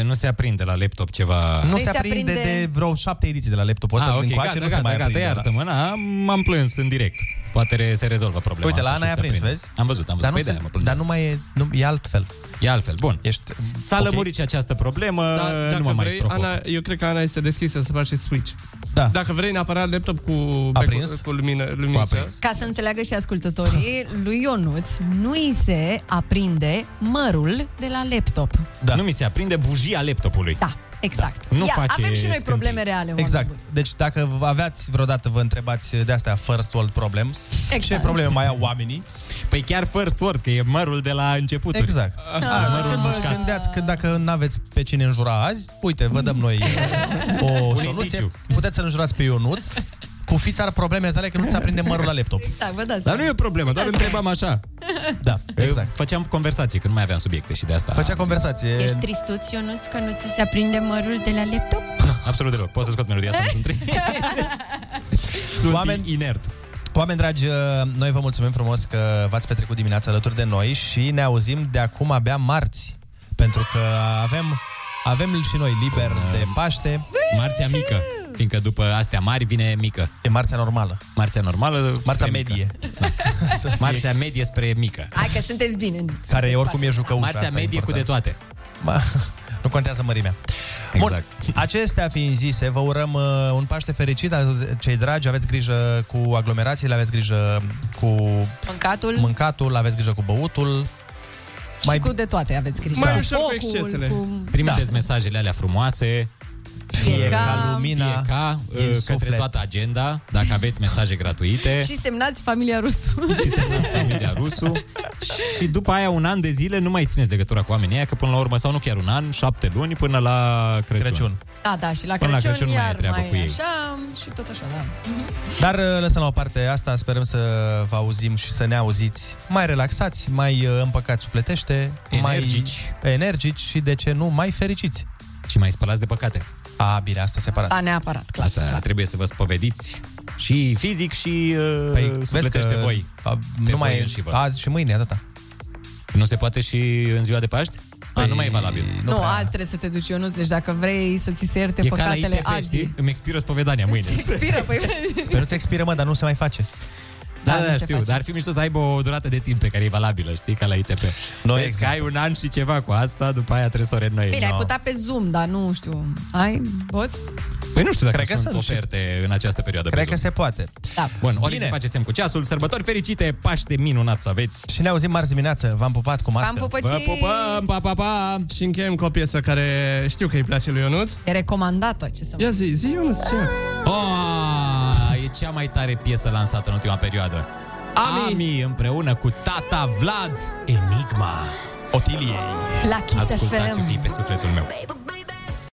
E, nu se aprinde la laptop ceva... Nu se aprinde, de vreo șapte ediții de la laptopul ăsta. Ah, ok, din coace, gata, nu gata, se mai gata, aprinde. da. iartă-mă, na, am- m-am plâns în direct. Poate re- se rezolvă problema Uite, la asta Ana și ai se aprins, aprinde. vezi? Am văzut, am văzut. Dar nu, Păi se, de-aia mă plângeam. dar nu mai e, nu, e altfel. E altfel, bun. Ești, S-a ok. lămurit și această problemă, Da, nu dacă mă mai vrei, strofă. Ana, eu cred că Ana este deschisă să faci switch. Da. Dacă vrei neapărat laptop cu, Aprins? cu lumină, luminiță. Ca să înțeleagă și ascultătorii, lui Ionuț nu îi se aprinde mărul de la laptop. Da. Nu mi se aprinde bujia laptopului. Da, exact. Nu Ia, face avem și noi scântei. probleme reale. oameni Exact. buni. Deci dacă v- aveați vreodată, vă întrebați de astea first world problems, Exact. ce probleme mai au oamenii? Păi chiar first world, că e mărul de la început. Exact. Ah, Ah, când vă gândeați că dacă nu aveți pe cine înjura azi, uite, vă dăm noi uh, o Un soluție. indiciu. Puteți să-l înjurați pe Ionuț cu fița ar problemele tale că nu ți aprinde mărul la laptop. Exact, vă dați Dar nu e o problemă, doar Uitați. întrebam așa. Da, exact. Făceam conversații, că nu mai aveam subiecte și de asta. Făcea conversație. Ești tristuț, Ionuț, că nu ți se aprinde mărul de la laptop? Absolut deloc. Poți să scoți melodia asta, nu sunt trei. Sunt oameni, inert. Oameni dragi, uh, noi vă mulțumim frumos că v-ați petrecut dimineața alături de noi și ne auzim de acum abia marți, pentru că avem avem și noi liber de Paște. Marțea mică, fiindcă după astea mari vine mică. E marțea normală. Marțea normală Marțea medie. Marțea medie spre mică. Hai că sunteți bine. Care e oricum e jucăușa. Marțea asta e medie cu de important. toate. Ma, nu contează mărimea. Exact. Bun, acestea fiind zise, vă urăm uh, un Paște fericit, alături de cei dragi, aveți grijă cu aglomerațiile, aveți grijă cu Mâncatul mâncatul, aveți grijă cu băutul. și cu de toate aveți grijă. Mai Cu ușor cu Da. focul, excesele. Cu... Trimiteți mesajele alea frumoase, Fie ca lumina fie ca, uh, din către suflet. toată agenda, dacă aveți mesaje gratuite, Da. Și semnați familia rusu. familia Rusu. Și după aia un an de zile nu mai țineți legătura cu oamenii aia, că până la urmă, sau nu chiar un an, șapte luni, până la Crăciun. Crăciun. Da, da, și la Până la Crăciun Crăciun, nu mai e iar treabă mai cu ei. așa și tot așa, da. Dar uh, lăsăm la o parte asta, sperăm să vă auzim și să ne auziți mai relaxați, mai uh, împăcați sufletește, Energici. mai energici și de ce nu mai fericiți. Și mai spălați de păcate. A, bine, asta separat. Da, neapărat, clar. Asta trebuie să vă spovediți și fizic și uh, Păi, păi, vezi sufletește că, voi. A, Pe nu mai voi e înși vă. azi și mâine, atâta. Nu se poate și în ziua de Paști? Păi, a, nu mai e valabil. Nu, azi trebuie să te duci, Ionuț, deci dacă vrei să ți se ierte E ca la păcatele ITP, azi. știi? Îmi expiră spovedania mâine. Expiră, păi... Păi nu ți expiră, mă, dar nu se mai face. Da, Da, da, nu da, se știu, face. dar ar fi mișto să aibă o durată de timp pe care e valabilă, știi, ca la ITP. Noi Vezi că ai un an și ceva cu asta, după aia trebuie să o renoi. Bine, ai putea pe Zoom, dar nu știu. Ai? Poți? Păi nu știu dacă Cred că sunt, sunt și- oferte în această perioadă. Cred pe că Zoom. se poate. Da. Bun, ori să faceți semn cu ceasul, sărbători fericite, Paște minunat să aveți. Și ne auzim marți dimineață. V-am pupat cu mască. Vă pupăm, pa, pa, pa! Și încheiem cu o piesă care știu că îi place lui Ionuț. E recomandată, ce să Ia zi, zi Ionuț, ce? Oh, e cea mai tare piesă lansată în ultima perioadă. Ami, Ami împreună cu tata Vlad, Enigma. Otiliei. La Kiss Ascultați FM. iubii pe sufletul meu. Baby,